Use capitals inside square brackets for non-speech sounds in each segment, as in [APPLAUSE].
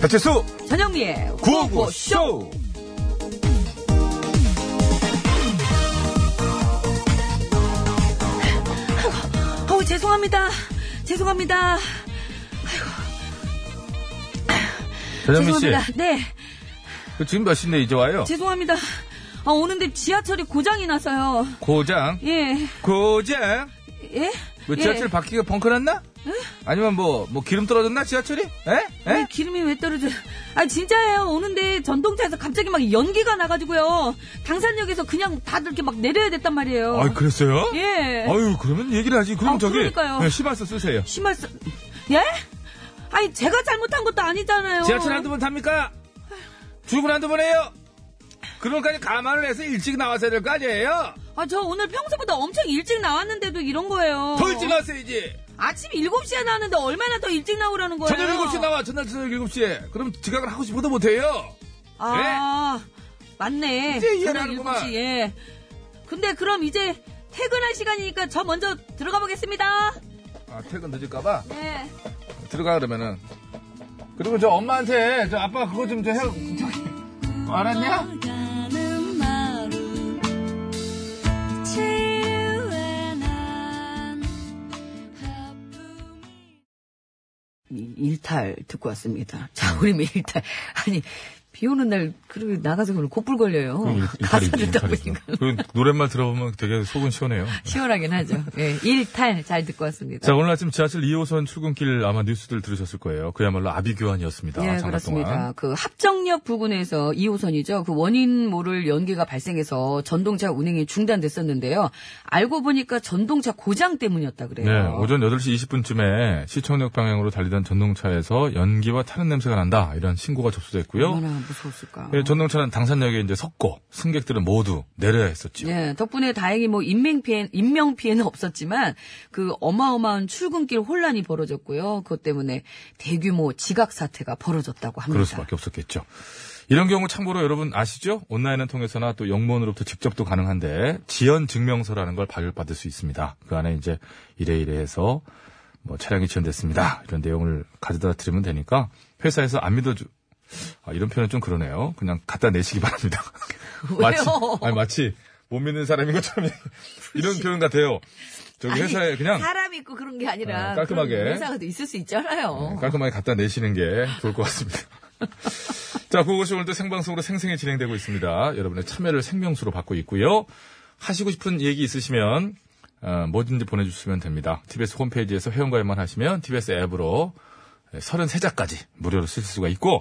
배치수 전영미의 구호구쇼 어우 죄송합니다. 죄송합니다. 전현민 씨, 죄송합니다. 네, 그 지금 몇 시인데 이제 와요? 죄송합니다. 아, 오는데 지하철이 고장이 나서요. 고장, 예, 고장. 예? 뭐 예. 지하철 바퀴가 벙커났나? 아니면 뭐, 뭐 기름 떨어졌나 지하철이? 에? 아니, 에? 기름이 왜 떨어져? 아 진짜예요. 오는데 전동차에서 갑자기 막 연기가 나가지고요. 당산역에서 그냥 다들 이렇게 막 내려야 됐단 말이에요. 아이 그랬어요? 예. 아유 그러면 얘기를 하지. 그럼 아, 저기 그러니까요. 네, 심할서 쓰세요. 심할 수, 예? 아니 제가 잘못한 것도 아니잖아요. 지하철 한두 번 탑니까? 출근 한두 번 해요. 그런까지 감안을 해서 일찍 나와서 될 거 아니에요? 아, 저 오늘 평소보다 엄청 일찍 나왔는데도 이런 거예요. 더 일찍 나왔어야지. 아침 7시에 나왔는데 얼마나 더 일찍 나오라는 거예요? 저녁 7시에 나와. 전날 저녁 7시에. 그럼 지각을 하고 싶어도 못해요. 아, 맞네. 이제 저녁 이해하는구만. 7시, 예. 근데 그럼 이제 퇴근할 시간이니까 저 먼저 들어가 보겠습니다. 아 퇴근 늦을까봐? 네. 들어가 그러면은 그리고 저 엄마한테 저 아빠 그거 좀 저 해 저기 알았냐? 일탈 듣고 왔습니다. [LAUGHS] 자, 우리 일탈. 아니, 비 오는 날, 그러고 나가서 그걸 곧불 걸려요. 네, 가사 듣다 보니까. 그 노랫말 들어보면 되게 속은 시원해요. 시원하긴 하죠. 예, 일탈 잘 듣고 왔습니다. 자, 오늘 아침 지하철 2호선 출근길 아마 뉴스들 들으셨을 거예요. 그야말로 아비규환이었습니다. 장마 예, 동안. 그렇습니다. 그 합정역 부근에서 2호선이죠. 그 원인 모를 연기가 발생해서 전동차 운행이 중단됐었는데요. 알고 보니까 전동차 고장 때문이었다 그래요. 네, 오전 8시 20분쯤에 시청역 방향으로 달리던 전동차에서 연기와 타는 냄새가 난다. 이런 신고가 접수됐고요. 얼마나 무서웠을까. 예, 전동차는 당산역에 이제 섰고 승객들은 모두 내려야 했었죠. 예, 덕분에 다행히 뭐 인명피해, 인명피해는 없었지만 그 어마어마한 출근길 혼란이 벌어졌고요. 그것 때문에 대규모 지각사태가 벌어졌다고 합니다. 그럴 수밖에 없었겠죠. 이런 경우 참고로 여러분 아시죠? 온라인을 통해서나 또 영무원으로부터 직접도 가능한데 지연 증명서라는 걸 발급받을 수 있습니다. 그 안에 이제 이래 이래 해서 뭐 차량이 지연됐습니다. 이런 내용을 가져다 드리면 되니까 회사에서 안 믿어주 아, 이런 표현은 좀 그러네요. 그냥 갖다 내시기 바랍니다. 마치 [LAUGHS] 왜요? 아니 마치 못 믿는 사람인 것처럼 이런 표현 같아요. 저기 아니, 회사에 그냥 사람 있고 그런 게 아니라 네, 깔끔하게. 그런 회사가 또 있을 수 있잖아요. 네, 깔끔하게 갖다 내시는 게 좋을 것 같습니다. 자, 그것이 오늘도 생방송으로 생생히 진행되고 있습니다. 여러분의 참여를 생명수로 받고 있고요. 하시고 싶은 얘기 있으시면 어, 뭐든지 보내주시면 됩니다. TBS 홈페이지에서 회원가입만 하시면 TBS 앱으로 33자까지 무료로 쓰실 수가 있고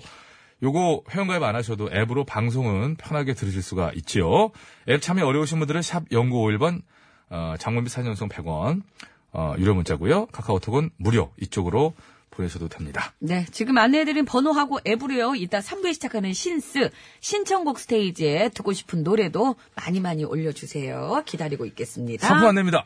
요거 회원가입 안 하셔도 앱으로 방송은 편하게 들으실 수가 있지요. 앱 참여 어려우신 분들은 샵 0951번 어, 장문비 4년송 100원 어, 유료 문자고요. 카카오톡은 무료 이쪽으로 보내셔도 됩니다. 네, 지금 안내해드린 번호하고 앱으로요. 이따 3부에 시작하는 신스 신청곡 스테이지에 듣고 싶은 노래도 많이 많이 올려주세요. 기다리고 있겠습니다. 상품 안내입니다.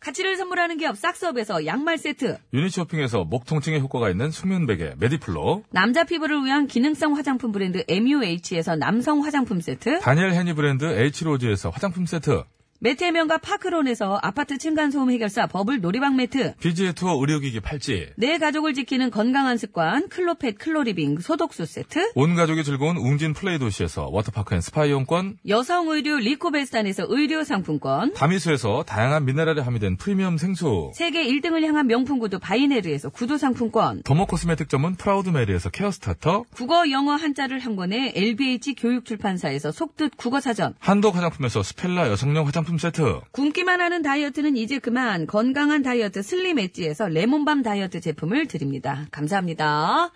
가치를 선물하는 기업 싹스업에서 양말 세트, 유니쇼핑에서 목 통증에 효과가 있는 숙면베개 메디플로 남자 피부를 위한 기능성 화장품 브랜드 MUH에서 남성 화장품 세트, 다니엘 헤니 브랜드 H로즈에서 화장품 세트 매트 해명과 파크론에서 아파트 층간소음 해결사 버블 놀이방 매트. BGA 투어 의료기기 팔찌. 내 가족을 지키는 건강한 습관 클로펫 클로리빙 소독수 세트. 온 가족이 즐거운 웅진 플레이 도시에서 워터파크 앤 스파 이용권. 여성 의류 리코베스탄에서 의류 상품권. 다미수에서 다양한 미네랄에 함유된 프리미엄 생수. 세계 1등을 향한 명품 구두 바이네르에서 구두 상품권. 더모 코스메틱 전문 프라우드 메리에서 케어 스타터. 국어 영어 한자를 한 권에 LBH 교육출판사에서 속뜻 국어사전. 한독 화장품에서 스펠라 여성용 화장품 세트. 굶기만 하는 다이어트는 이제 그만 건강한 다이어트 슬림 엣지에서 레몬밤 다이어트 제품을 드립니다. 감사합니다.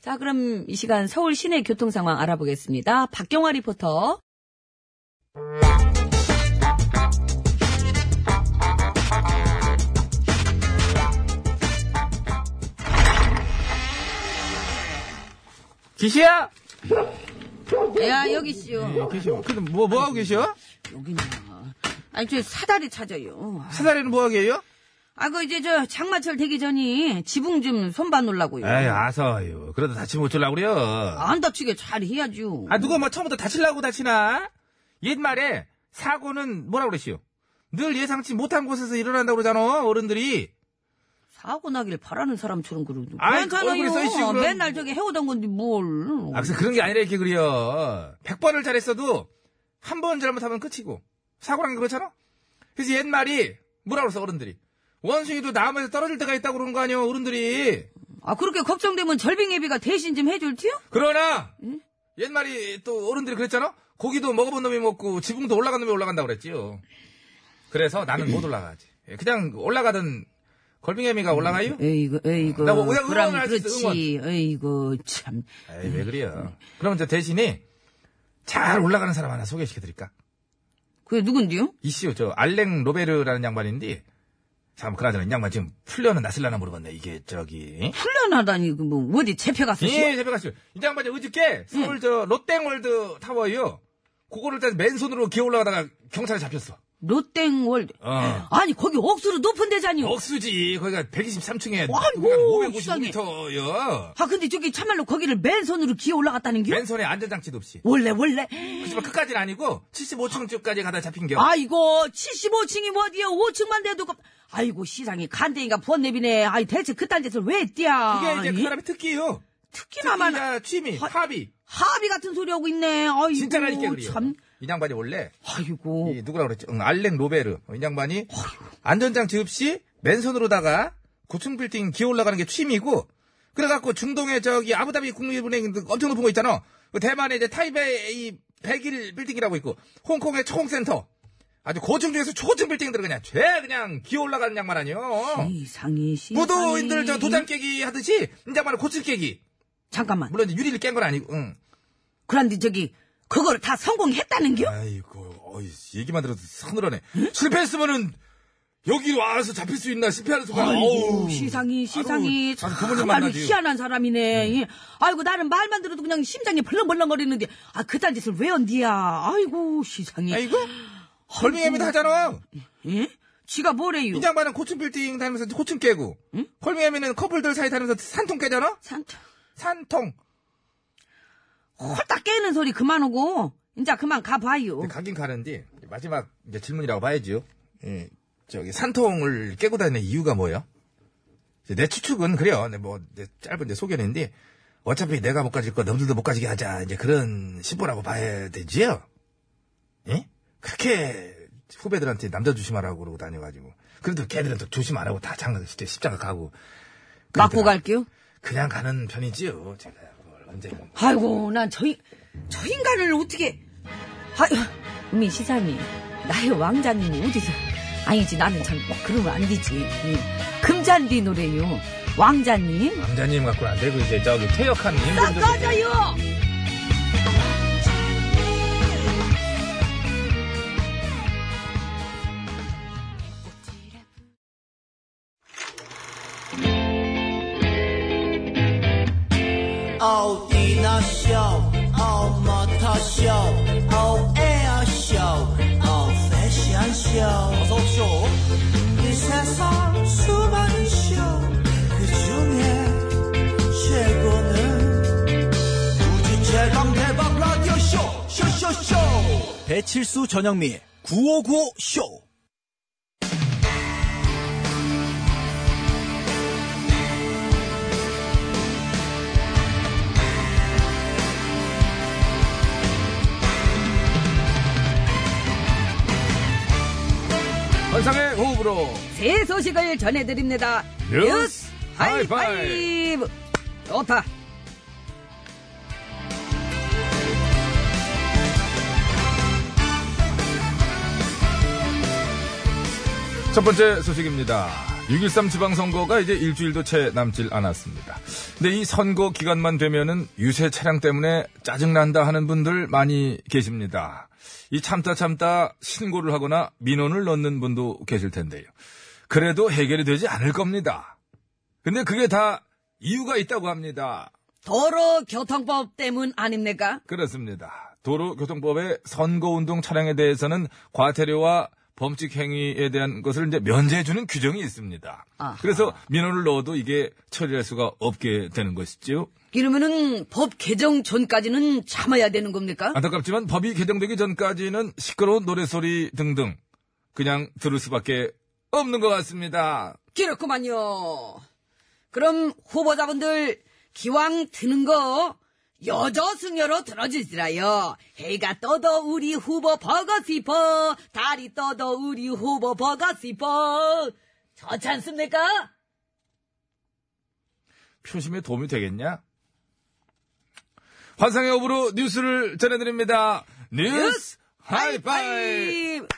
자, 그럼 이 시간 서울 시내 교통 상황 알아보겠습니다. 박경화 리포터. 기시야! 야, 여기 씨요. 기시야. 근데 뭐, 뭐 하고 계셔? 여기냐. 아니, 저 사다리 찾아요. 사다리는 뭐 하고 계요? 아, 그 이제 저 장마철 되기 전이 지붕 좀 손봐 놓으려고요. 에이, 아서요. 그래도 다치면 어쩌려고 그래요. 안 다치게 잘 해야죠. 아, 누가 뭐 처음부터 다치려고 다치나? 옛말에 사고는 뭐라 그랬시오? 늘 예상치 못한 곳에서 일어난다고 그러잖아, 어른들이. 사고 나길 바라는 사람처럼 그러는 아이, 얼굴에 써있지, 그럼. 맨날 저기 해오던 건데 뭘. 아, 그래서 그런 게 아니라 이렇게 그려. 100번을 잘했어도 한 번 잘못하면 끝이고. 사고란 게 그렇잖아? 그래서 옛말이 뭐라 그랬어, 어른들이. 원숭이도 나무에서 떨어질 때가 있다고 그러는 거 아니야, 어른들이. 아, 그렇게 걱정되면 절빙예비가 대신 좀 해줄 티요? 그러나 옛말이 또 어른들이 그랬잖아. 고기도 먹어본 놈이 먹고 지붕도 올라간 놈이 올라간다 그랬지요. 그래서 나는 못 올라가지. 예, 그냥 올라가던 걸빙애미가 올라가요? 에이구, 에이구. 나 뭐 그냥 그럼 응원을 할수 있어, 그렇지. 에이구, 참. 에이, 왜 그래요? 그럼 이제 대신에 잘 올라가는 사람 하나 소개시켜 드릴까? 그게 누군데요? 이씨요, 저 알랭 로베르라는 양반인데. 참 그나저나 이 양반 지금 풀려는 나슬라나 모르겠네. 이게 저기. 훈련하다니, 그 뭐, 어디 재패갔어? 예, 제가 가시오. 이 양반이 어저께 서울 저 롯데월드 타워요. 그거를 딱 맨손으로 기어 올라가다가 경찰에 잡혔어. 뭐, 롯땡월드. [LAUGHS] 어. 아니, 거기 억수로 높은 데잖요. 억수지. 거기가 123층에 아이고, 세상에. 550m여. 아, 근데 저기 참말로 거기를 맨손으로 기어 올라갔다는 게? 맨손에 안전장치도 없이. 원래, 원래. 그지만 끝까지는 아니고 75층 쪽까지 가다 잡힌 겨. 아이고, 75층이 뭐 어디야? 5층만 돼도. 그- 아이고, 시상이 간댕이가 번내비네. 아이, 대체 그딴 짓을 왜 했디야? 그게 이제 그 아, 이 사람의 특기요. 특히나만 특기자 취미, 하- 합의. 합의 같은 소리 하고 있네. 아이고, 진짜라니까 그래요. 예. 참. 이 양반이 원래 아이고. 이 누구라 그랬죠? 응, 알랭 로베르. 어, 이 양반이 안전장치 없이 맨손으로다가 고층 빌딩 기어 올라가는 게 취미고 그래갖고 중동에 저기 아부다비 국립은행 그 엄청 높은 거 있잖아. 그 대만에 이제 타이베이 100일 빌딩이라고 있고 홍콩의 초공센터 아주 고층 중에서 초고층 빌딩들 그냥 죄 그냥 기어 올라가는 양말 아니요. 이상이 시. 무도인들 저 도장 깨기 하듯이 이 양반은 고층 깨기 잠깐만. 물론 이제 유리를 깬 건 아니고. 응. 그런데 저기 그걸 다 성공했다는겨? 아이고, 어이, 얘기만 들어도 서늘하네. 실패했으면은, 여기 와서 잡힐 수 있나, 실패하는 순간, 아이고 어우. 시상이 아주, 시상이 아주 그분을 정말로 만나지. 희한한 사람이네. 예. 아이고 나는 말만 들어도 그냥 심장이 벌렁벌렁거리는데 아 그딴 짓을 왜 언디야? 아이고 시상이. 아이고, 걸밍애미도 하잖아. 예? 지가 뭐래요? 이 장반은 고층 빌딩 다니면서 고층 깨고, 걸밍애미는 커플들 사이 다니면서 산통 깨잖아? 산타. 산통. 홀딱 깨는 소리 그만하고 이제 그만 가봐요. 근데 가긴 가는데, 마지막 이제 질문이라고 봐야지요. 예, 저기, 산통을 깨고 다니는 이유가 뭐예요? 이제 내 추측은 그래요. 내 뭐, 내 짧은 내 소견인데, 어차피 내가 못 가질 거 남들도 못 가지게 하자. 이제 그런 심보라고 봐야 되지요? 예? 그렇게 후배들한테 남자 조심하라고 그러고 다녀가지고. 그래도 걔들은 또 조심 안 하고 다 장난, 진짜 십자가 가고. 맞고 그러니까 갈게요. 그냥 가는 편이지요. 제가 그걸 언제. 아이고, 난 저, 인- 저 인간을 어떻게. 아유, 우리 시상이, 나의 왕자님이 어디서. 아니지, 나는 참, 그러면 안 되지. 응. 금잔디 노래요. 왕자님. 남자님 갖고는 안 되고, 이제 저기 퇴역한 나 인분들. 꺼져요! 어디나 쇼, 어머터 쇼, 어에어 쇼, 어 패션 쇼. 어서 쇼. 이 세상 수많은 쇼, 그 중에 최고는 우주 최강 대박 라디오 쇼, 쇼쇼쇼. 배칠수 전영미, 955쇼. 환상의 호흡으로 새 소식을 전해드립니다. 뉴스 하이파이브. 좋다. 첫 번째 소식입니다. 6.13 지방선거가 이제 일주일도 채 남질 않았습니다. 근데 이 선거 기간만 되면은 유세 차량 때문에 짜증난다 하는 분들 많이 계십니다. 이 참다 참다 신고를 하거나 민원을 넣는 분도 계실 텐데요. 그래도 해결이 되지 않을 겁니다. 근데 그게 다 이유가 있다고 합니다. 도로 교통법 때문 아닙니까? 그렇습니다. 도로교통법의 선거운동 차량에 대해서는 과태료와 범칙 행위에 대한 것을 이제 면제해주는 규정이 있습니다. 아하. 그래서 민원을 넣어도 이게 처리할 수가 없게 되는 것이지요. 이러면은 법 개정 전까지는 참아야 되는 겁니까? 안타깝지만 법이 개정되기 전까지는 시끄러운 노래소리 등등 그냥 들을 수밖에 없는 것 같습니다. 그렇구만요. 그럼 후보자분들 기왕 드는 거 여저 승려로 들어주시라요. 해가 떠도 우리 후보 버거 싶어. 달이 떠도 우리 후보 버거 싶어. 좋지 않습니까? 표심에 도움이 되겠냐? 환상의 업으로 뉴스를 전해드립니다. 뉴스 하이파이! 하이파이브!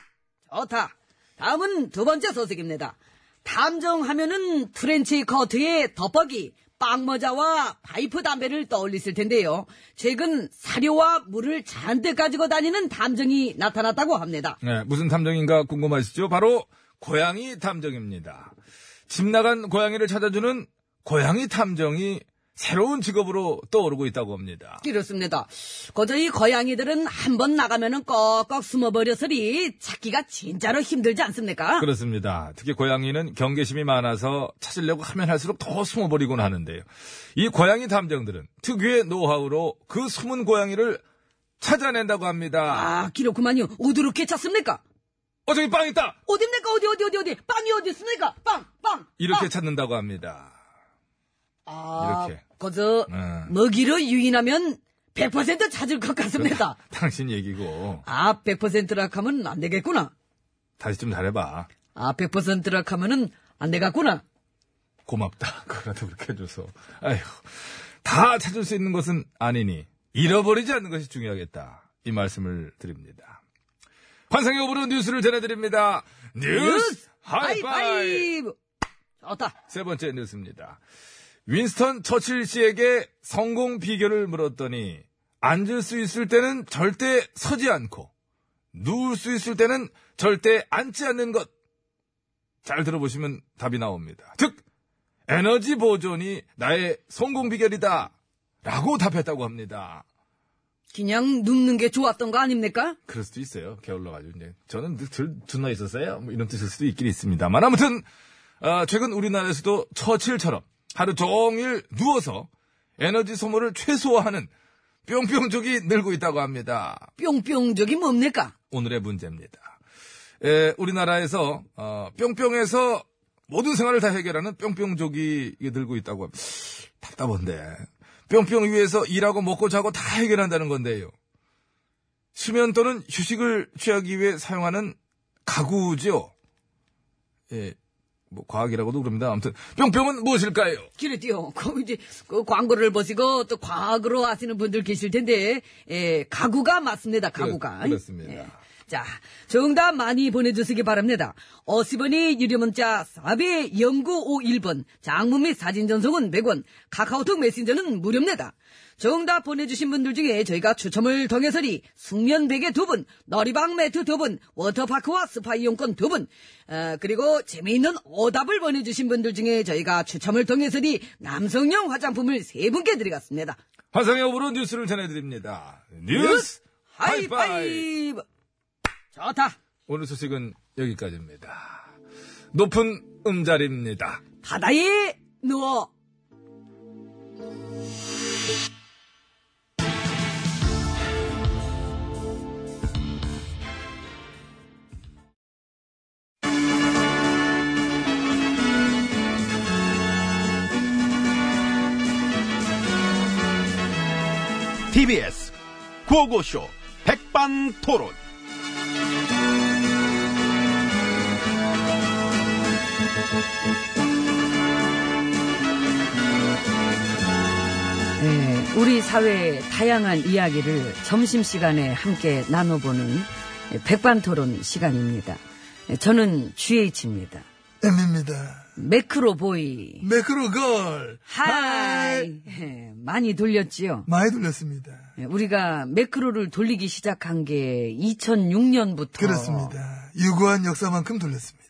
좋다. 다음은 두 번째 소식입니다. 탐정하면은 트렌치 커트에 덮어기, 빵모자와 파이프 담배를 떠올리실 텐데요. 최근 사료와 물을 잔뜩 가지고 다니는 탐정이 나타났다고 합니다. 네, 무슨 탐정인가 궁금하시죠? 바로 고양이 탐정입니다. 집 나간 고양이를 찾아주는 고양이 탐정이 새로운 직업으로 떠오르고 있다고 합니다. 그렇습니다. 거저 이 고양이들은 한 번 나가면은 꺽꺽 숨어버려서리 찾기가 진짜로 힘들지 않습니까? 그렇습니다. 특히 고양이는 경계심이 많아서 찾으려고 하면 할수록 더 숨어버리곤 하는데요. 이 고양이 탐정들은 특유의 노하우로 그 숨은 고양이를 찾아낸다고 합니다. 아, 그렇구만요. 어디렇게 찾습니까? 어, 저기 빵 있다! 어딥니까? 어디, 어디, 어디, 어디? 빵이 어디 있습니까? 빵, 빵! 이렇게 빵. 찾는다고 합니다. 아, 이렇게. 거저 음. 먹이로 유인하면 100% 찾을 것 같습니다. [LAUGHS] 당신 얘기고. 아, 100%라 하면 안 되겠구나. 다시 좀 잘해봐. 아, 100%라 하면은 안 되겠구나. 고맙다. [LAUGHS] 그거라도 그렇게 해줘서. 아휴. 다 찾을 수 있는 것은 아니니, 잃어버리지 않는 것이 중요하겠다. 이 말씀을 드립니다. 환상의 오브로 뉴스를 전해드립니다. 뉴스 하이파이! 하이파이브! 좋다. 세 번째 뉴스입니다. 윈스턴 처칠 씨에게 성공 비결을 물었더니, 앉을 수 있을 때는 절대 서지 않고, 누울 수 있을 때는 절대 앉지 않는 것. 잘 들어보시면 답이 나옵니다. 즉, 에너지 보존이 나의 성공 비결이다. 라고 답했다고 합니다. 그냥 눕는 게 좋았던 거 아닙니까? 그럴 수도 있어요. 게을러가지고 이제 저는 늘 들, 듣나 있었어요. 뭐 이런 뜻일 수도 있긴 있습니다만 아무튼 아, 최근 우리나라에서도 처칠처럼 하루 종일 누워서 에너지 소모를 최소화하는 뿅뿅족이 늘고 있다고 합니다. 뿅뿅적이 뭡니까? 오늘의 문제입니다. 에, 우리나라에서 어, 뿅뿅에서 모든 생활을 다 해결하는 뿅뿅족이 이게 늘고 있다고 합니다. 답답한데 뿅뿅 위에서 일하고 먹고 자고 다 해결한다는 건데요. 수면 또는 휴식을 취하기 위해 사용하는 가구죠. 예, 뭐 과학이라고도 그럽니다. 아무튼 뿅뿅은 무엇일까요? 그래도요, [LAUGHS] 그 이제 그 광고를 보시고 또 과학으로 하시는 분들 계실 텐데, 예, 가구가 맞습니다, 가구가. 예. 그렇- 그렇습니다. 자, 정답 많이 보내주시기 바랍니다. 50원이 유료 문자 4배 0951번, 장문 및 사진 전송은 100원, 카카오톡 메신저는 무료입니다. 정답 보내주신 분들 중에 저희가 추첨을 통해서리 숙면 베개 두 분, 너리방 매트 두 분, 워터파크와 스파 이용권 두 분, 어, 그리고 재미있는 오답을 보내주신 분들 중에 저희가 추첨을 통해서리 남성용 화장품을 세 분께 드리겠습니다. 환상의 오브로 뉴스를 전해드립니다. 뉴스 뉴스 하이파이! 하이파이브! 좋다. 오늘 소식은 여기까지입니다. 높은 음자리입니다. 바다에 누워 TBS 구호고쇼 백반토론. 네, 우리 사회의 다양한 이야기를 점심시간에 함께 나눠보는 백반토론 시간입니다. 저는 GH입니다. M입니다. 매크로보이. 매크로걸. 하이. 예, 많이 돌렸지요? 예, 많이 돌렸습니다. 우리가 매크로를 돌리기 시작한 게 2006년부터. 그렇습니다. 어. 유구한 역사만큼 돌렸습니다.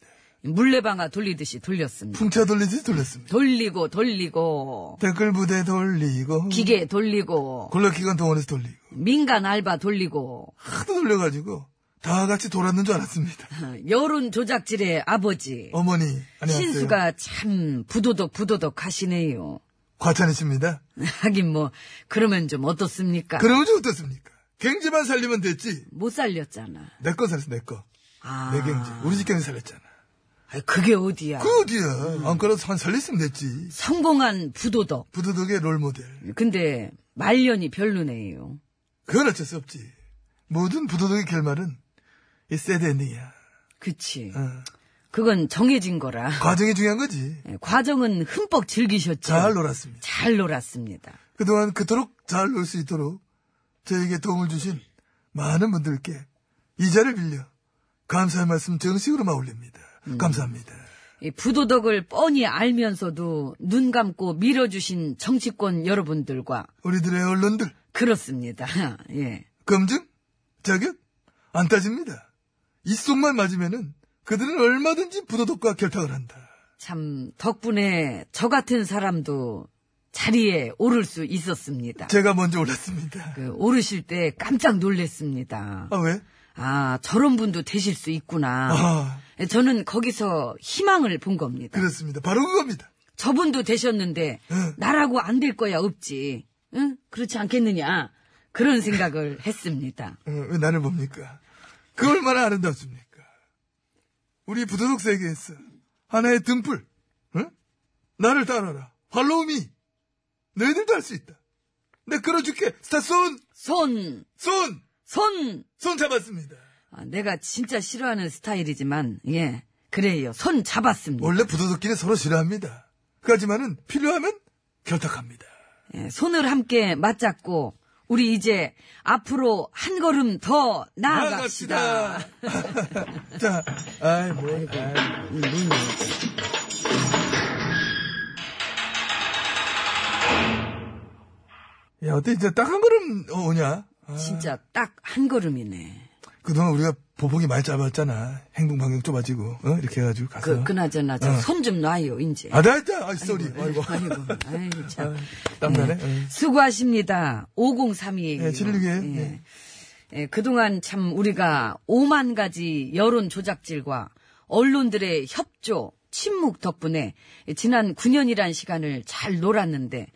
물레방아 돌리듯이 돌렸습니다. 풍차 돌리듯이 돌렸습니다. 돌리고 돌리고 댓글 부대 돌리고. 기계 돌리고 굴러기관 동원에서 돌리고. 민간 알바 돌리고 [LAUGHS] 하도 돌려가지고 다 같이 돌았는 줄 알았습니다. [LAUGHS] 여론 조작질의 아버지 어머니 안녕하세요. 신수가 참 부도덕 부도덕 하시네요. [LAUGHS] 과찬이십니다. 하긴 뭐 그러면 좀 어떻습니까? 그러면 좀 어떻습니까? 경제만 살리면 됐지. 못 살렸잖아. 내 건 살렸어 내 거. 아, 내 경제. 우리 집 경제 살렸잖아. 아이, 그게 어디야? 그 어디야. 음. 안 그래도 한 살렸으면 됐지. 성공한 부도덕. 부도덕의 롤모델. 근데 말년이 별로네요. 그건 어쩔 수 없지. 모든 부도덕의 결말은 이 새드 엔딩이야. 그치. 어. 그건 정해진 거라. 과정이 중요한 거지. 과정은 흠뻑 즐기셨죠. 잘 놀았습니다. 잘 놀았습니다. 그동안 그토록 잘 놀 수 있도록 저에게 도움을 주신 많은 분들께 이 자를 빌려 감사의 말씀 정식으로만 올립니다. 감사합니다. 이 부도덕을 뻔히 알면서도 눈 감고 밀어주신 정치권 여러분들과 우리들의 언론들 그렇습니다. [LAUGHS] 예. 검증 자격 안 따집니다. 이 속만 맞으면은 그들은 얼마든지 부도덕과 결탁을 한다. 참 덕분에 저 같은 사람도 자리에 오를 수 있었습니다. 제가 먼저 올랐습니다. 그 오르실 때 깜짝 놀랐습니다. 아 왜? 아 저런 분도 되실 수 있구나. 아 저는 거기서 희망을 본 겁니다. 그렇습니다. 바로 그겁니다. 저분도 되셨는데 응. 나라고 안 될 거야 없지. 응? 그렇지 않겠느냐. 그런 생각을 [LAUGHS] 했습니다. 어, 왜 나를 봅니까? 그 얼마나 아름답습니까? 우리 부도덕 세계에서 하나의 등불, 응? 나를 따라라. 할로우미. 너희들도 할 수 있다. 내 끌어줄게. 스타 손, 손, 손, 손. 손 잡았습니다. 아, 내가 진짜 싫어하는 스타일이지만 예 그래요. 손 잡았습니다. 원래 부도덕끼리 서로 싫어합니다. 하지만은 필요하면 결탁합니다. 예, 손을 함께 맞잡고 우리 이제 앞으로 한 걸음 더 나아갑시다. 나아갑시다. 자, 아이 뭐, 아이. 야 어때 이제 딱 한 걸음 어, 오냐? 아, 진짜 딱 한 걸음이네. 그동안 우리가 보복이 많이 짧았잖아. 행동 반경 좁아지고 어? 이렇게 해가지고 가서. 그, 그나저나 어. 저 손 좀 놔요 이제. 아, 나 했다. 아이 쏘리. 네. 아이고. 음. 아이고, 아이고 참. 땀나네. 수고하십니다. 5032. 예, 716이에요. 예. 예, 그동안 참 우리가 오만 가지 여론 조작질과 언론들의 협조, 침묵 덕분에 지난 9년이란 시간을 잘 놀았는데,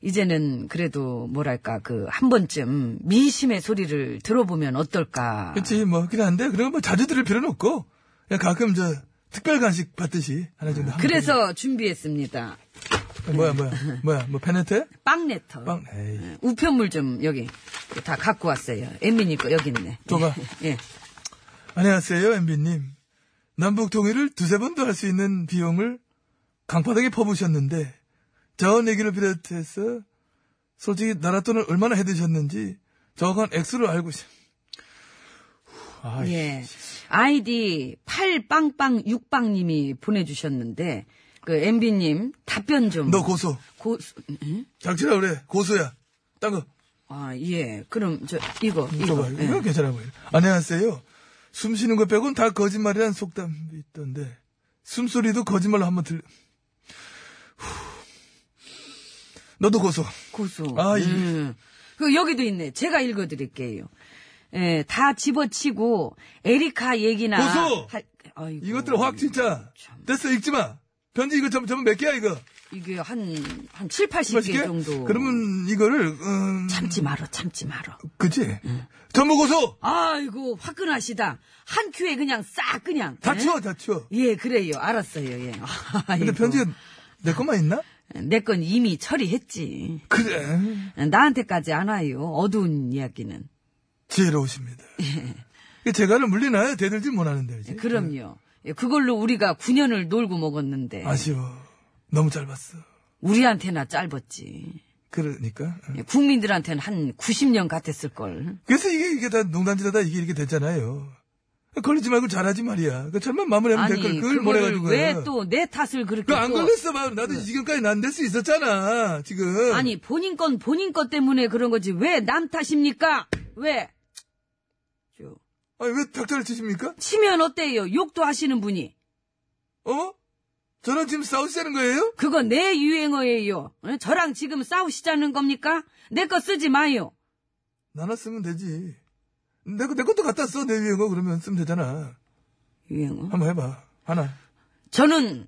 이제는 그래도 뭐랄까, 그, 한 번쯤 민심의 소리를 들어보면 어떨까. 그치 뭐 그냥 한데 그런 거뭐 자주 들을 필요는 없고 그냥 가끔 저 특별 간식 받듯이 하나 정도. 하면 그래서 준비했습니다. 되지. 뭐야 뭐야 뭐야 뭐 페네테? 빵레터. 빵. 에이. 우편물 좀 여기 다 갖고 왔어요. 엠미니 거 여기 있네. 줘봐. [LAUGHS] 예. 안녕하세요, MB님. 남북 통일을 두세 번도 할 수 있는 비용을 강바닥에 퍼부으셨는데, 자원 얘기를 비롯해서, 솔직히 나라 돈을 얼마나 해드셨는지, 정확한 액수를 알고 싶, 예. 아이디 8빵빵6빵님이 보내주셨는데, 그, MB님, 답변 좀. 너 고소. 고, 응? 장치라 그래. 고소야. 딴 거, 아, 예. 그럼, 저, 이거, 이거. 줘봐. 예. 이거 괜찮아 보여. 안녕하세요. 숨 쉬는 거 빼곤 다 거짓말이란 속담이 있던데, 숨소리도 거짓말로 한번 들, 후. 너도 고소. 고소. 아, 예. 음. 그, 여기도 있네. 제가 읽어드릴게요. 예, 다 집어치고, 에리카 얘기나. 고소! 할- 아이고. 이것들 확 진짜 됐어 읽지 마. 편지 이거 점, 점몇 개야 이거? 이게 한, 한 7, 80개 맛있게? 네 정도. 그러면 이거를 음, 참지 말어, 참지 말어. 그치? 전부 고소 아이고, 화끈하시다. 한 큐에 그냥 싹, 그냥. 다 예? 치워 다 치워. 예, [LAUGHS] 그래요. 알았어요. 예. 근데 아이고. 편지 내 것만 있나? 내 건 이미 처리했지. 그래. 나한테까지 안 와요. 어두운 이야기는. 지혜로우십니다. 네. 제가를 물리나 대들지 못하는데, 이제. 그럼요. 예, 그걸로 우리가 9년을 놀고 먹었는데 아쉬워. 너무 짧았어. 우리한테나 짧았지. 예, 그러니까. 어. 국민들한테는 한 90년 같았을 걸. 그래서 이게, 이게 다 농단지다다 이게 이렇게 됐잖아요. 걸리지 말고 잘하지 말이야. 그 절만 마무리하면 될 걸. 그걸 그거를 뭐래가지고. 왜 또 내 탓을 그렇게 안 또- 걸렸어, 봐. 나도 지금까지 난 될 수 있었잖아, 지금. 아니 본인 건 본인 것 때문에 그런 거지 왜 남 탓입니까? 왜? 저, 아니, 왜 닥터를 치십니까? 치면 어때요? 욕도 하시는 분이 어? 저랑 지금 싸우시자는 거예요? 그거 내 유행어예요. 어? 저랑 지금 싸우시자는 겁니까? 내 거 쓰지 마요. 나나 쓰면 되지. 내, 거- 내 것도 갖다 써, 내 위에 거. 그러면 쓰면 되잖아. 유행어. 한번 해봐. 하나. 저는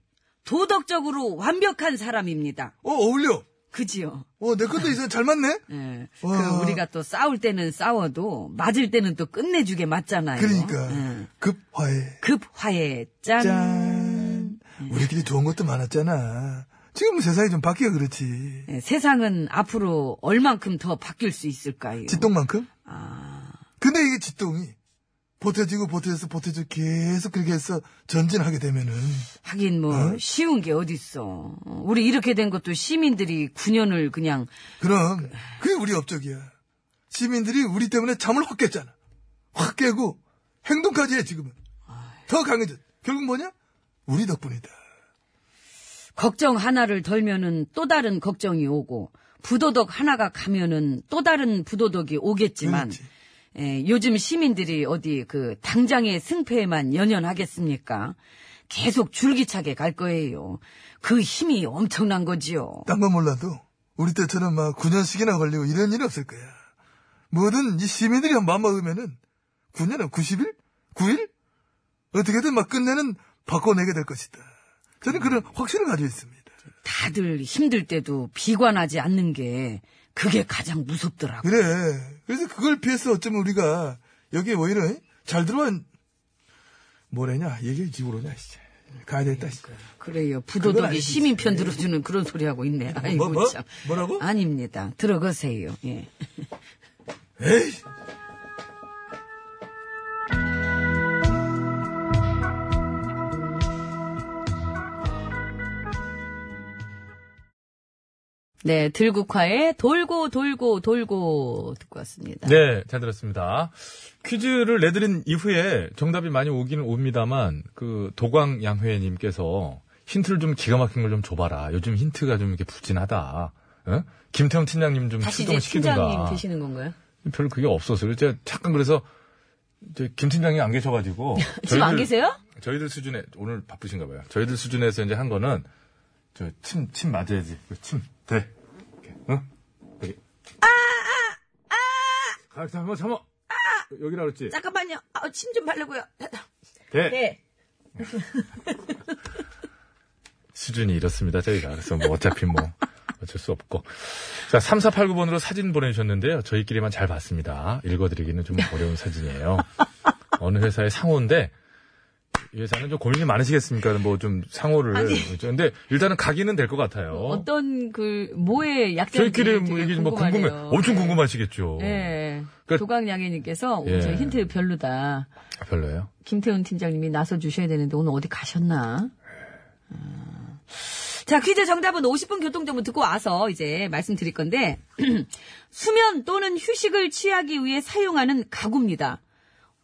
도덕적으로 완벽한 사람입니다. 어, 어울려. 그지요? 어, 내 것도 있어. 잘 맞네? 예. 와. 그 우리가 또 싸울 때는 싸워도 맞을 때는 또 끝내주게 맞잖아요. 예. 그러니까. 급화해. 급화해 짠. 짠. 우리끼리 좋은 것도 많았잖아. 지금 세상이 좀 바뀌어 그렇지. 예, 세상은 앞으로 얼만큼 더 바뀔 수 있을까요? 지똥만큼? 아, 근데 이게 지똥이 보태지고 보태서 보태지고 계속 그렇게 해서 전진하게 되면은 하긴 뭐 어? 쉬운 게 어딨어. 어, 우리 이렇게 된 것도 시민들이 9년을 그냥 그럼 그게 우리 업적이야. 시민들이 우리 때문에 잠을 확 깼잖아. 확 깨고 행동까지 해 지금은. 더 강해져. 결국 뭐냐? 우리 덕분이다. 걱정 하나를 덜면은 또 다른 걱정이 오고 부도덕 하나가 가면은 또 다른 부도덕이 오겠지만 그렇지. 예, 요즘 시민들이 어디 그 당장의 승패에만 연연하겠습니까? 계속 줄기차게 갈 거예요. 그 힘이 엄청난 거지요. 딴 건 몰라도 우리 때처럼 막 9년씩이나 걸리고 이런 일은 없을 거야. 뭐든 이 시민들이 한 마음 먹으면은 9년, 90일? 9일? 어떻게든 막 끝내는 바꿔내게 될 것이다. 저는 그런 확신을 가지고 있습니다. 다들 힘들 때도 비관하지 않는 게 그게 가장 무섭더라고. 요 그래. 그래서 그걸 피해서 어쩌면 우리가 여기에 오히려 잘 들어온 뭐래냐 얘기를 지고 오냐 진짜. 가야 되겠다 진짜. 그래요. 그건 부도덕이 아니지. 시민 편 들어주는 그런 소리 하고 있네. 아이고 뭐? 참. 어? 뭐라고? 아닙니다. 들어가세요. 예. 에이 네, 들국화의 돌고 돌고 돌고 듣고 왔습니다. 네, 잘 들었습니다. 퀴즈를 내드린 이후에 정답이 많이 오기는 옵니다만, 그, 도광 양회님께서 힌트를 좀 기가 막힌 걸 좀 줘봐라. 요즘 힌트가 좀 이렇게 부진하다. 응? 김태형 팀장님 좀 다시 이제 출동시키든가. 팀장님 되시는 건가요? 별로 그게 없었어요. 제가 잠깐 그래서, 이제 김 팀장이 안 계셔가지고. [LAUGHS] 지금 안 저희들- 계세요? 저희들 수준에, 오늘 바쁘신가 봐요. 저희들 수준에서 이제 한 거는, 저 침, 침 맞아야지. 그 침, 대. 이렇게, 응? 여기. 아, 아, 아! 잠깐만, 잠깐만. 여기라 그랬지? 잠깐만요. 아, 침 좀 바르고요. 네. 네. 수준이 이렇습니다, 저희가. 그래서 뭐 어차피 뭐 어쩔 수 없고. 자, 3489번으로 사진 보내주셨는데요. 저희끼리만 잘 봤습니다. 읽어드리기는 좀 어려운 사진이에요. 어느 회사의 상호인데, 이 회사는 좀 고민이 많으시겠습니까? 뭐 좀 상호를. 그렇죠. 근데 일단은 가기는 될 것 같아요. 어. 떤그 뭐의 약점이 저희끼리 뭐 이게 뭐 궁금해. 엄청 네. 궁금하시겠죠. 예. 그러니까- 조강양해님께서 오늘 예. 저희 힌트 별로다. 아, 별로예요. 김태훈 팀장님이 나서 주셔야 되는데 오늘 어디 가셨나? 음. 자, 퀴즈 정답은 50분 교통정보 듣고 와서 이제 말씀드릴 건데, [CLEARS THROAT] 수면 또는 휴식을 취하기 위해 사용하는 가구입니다.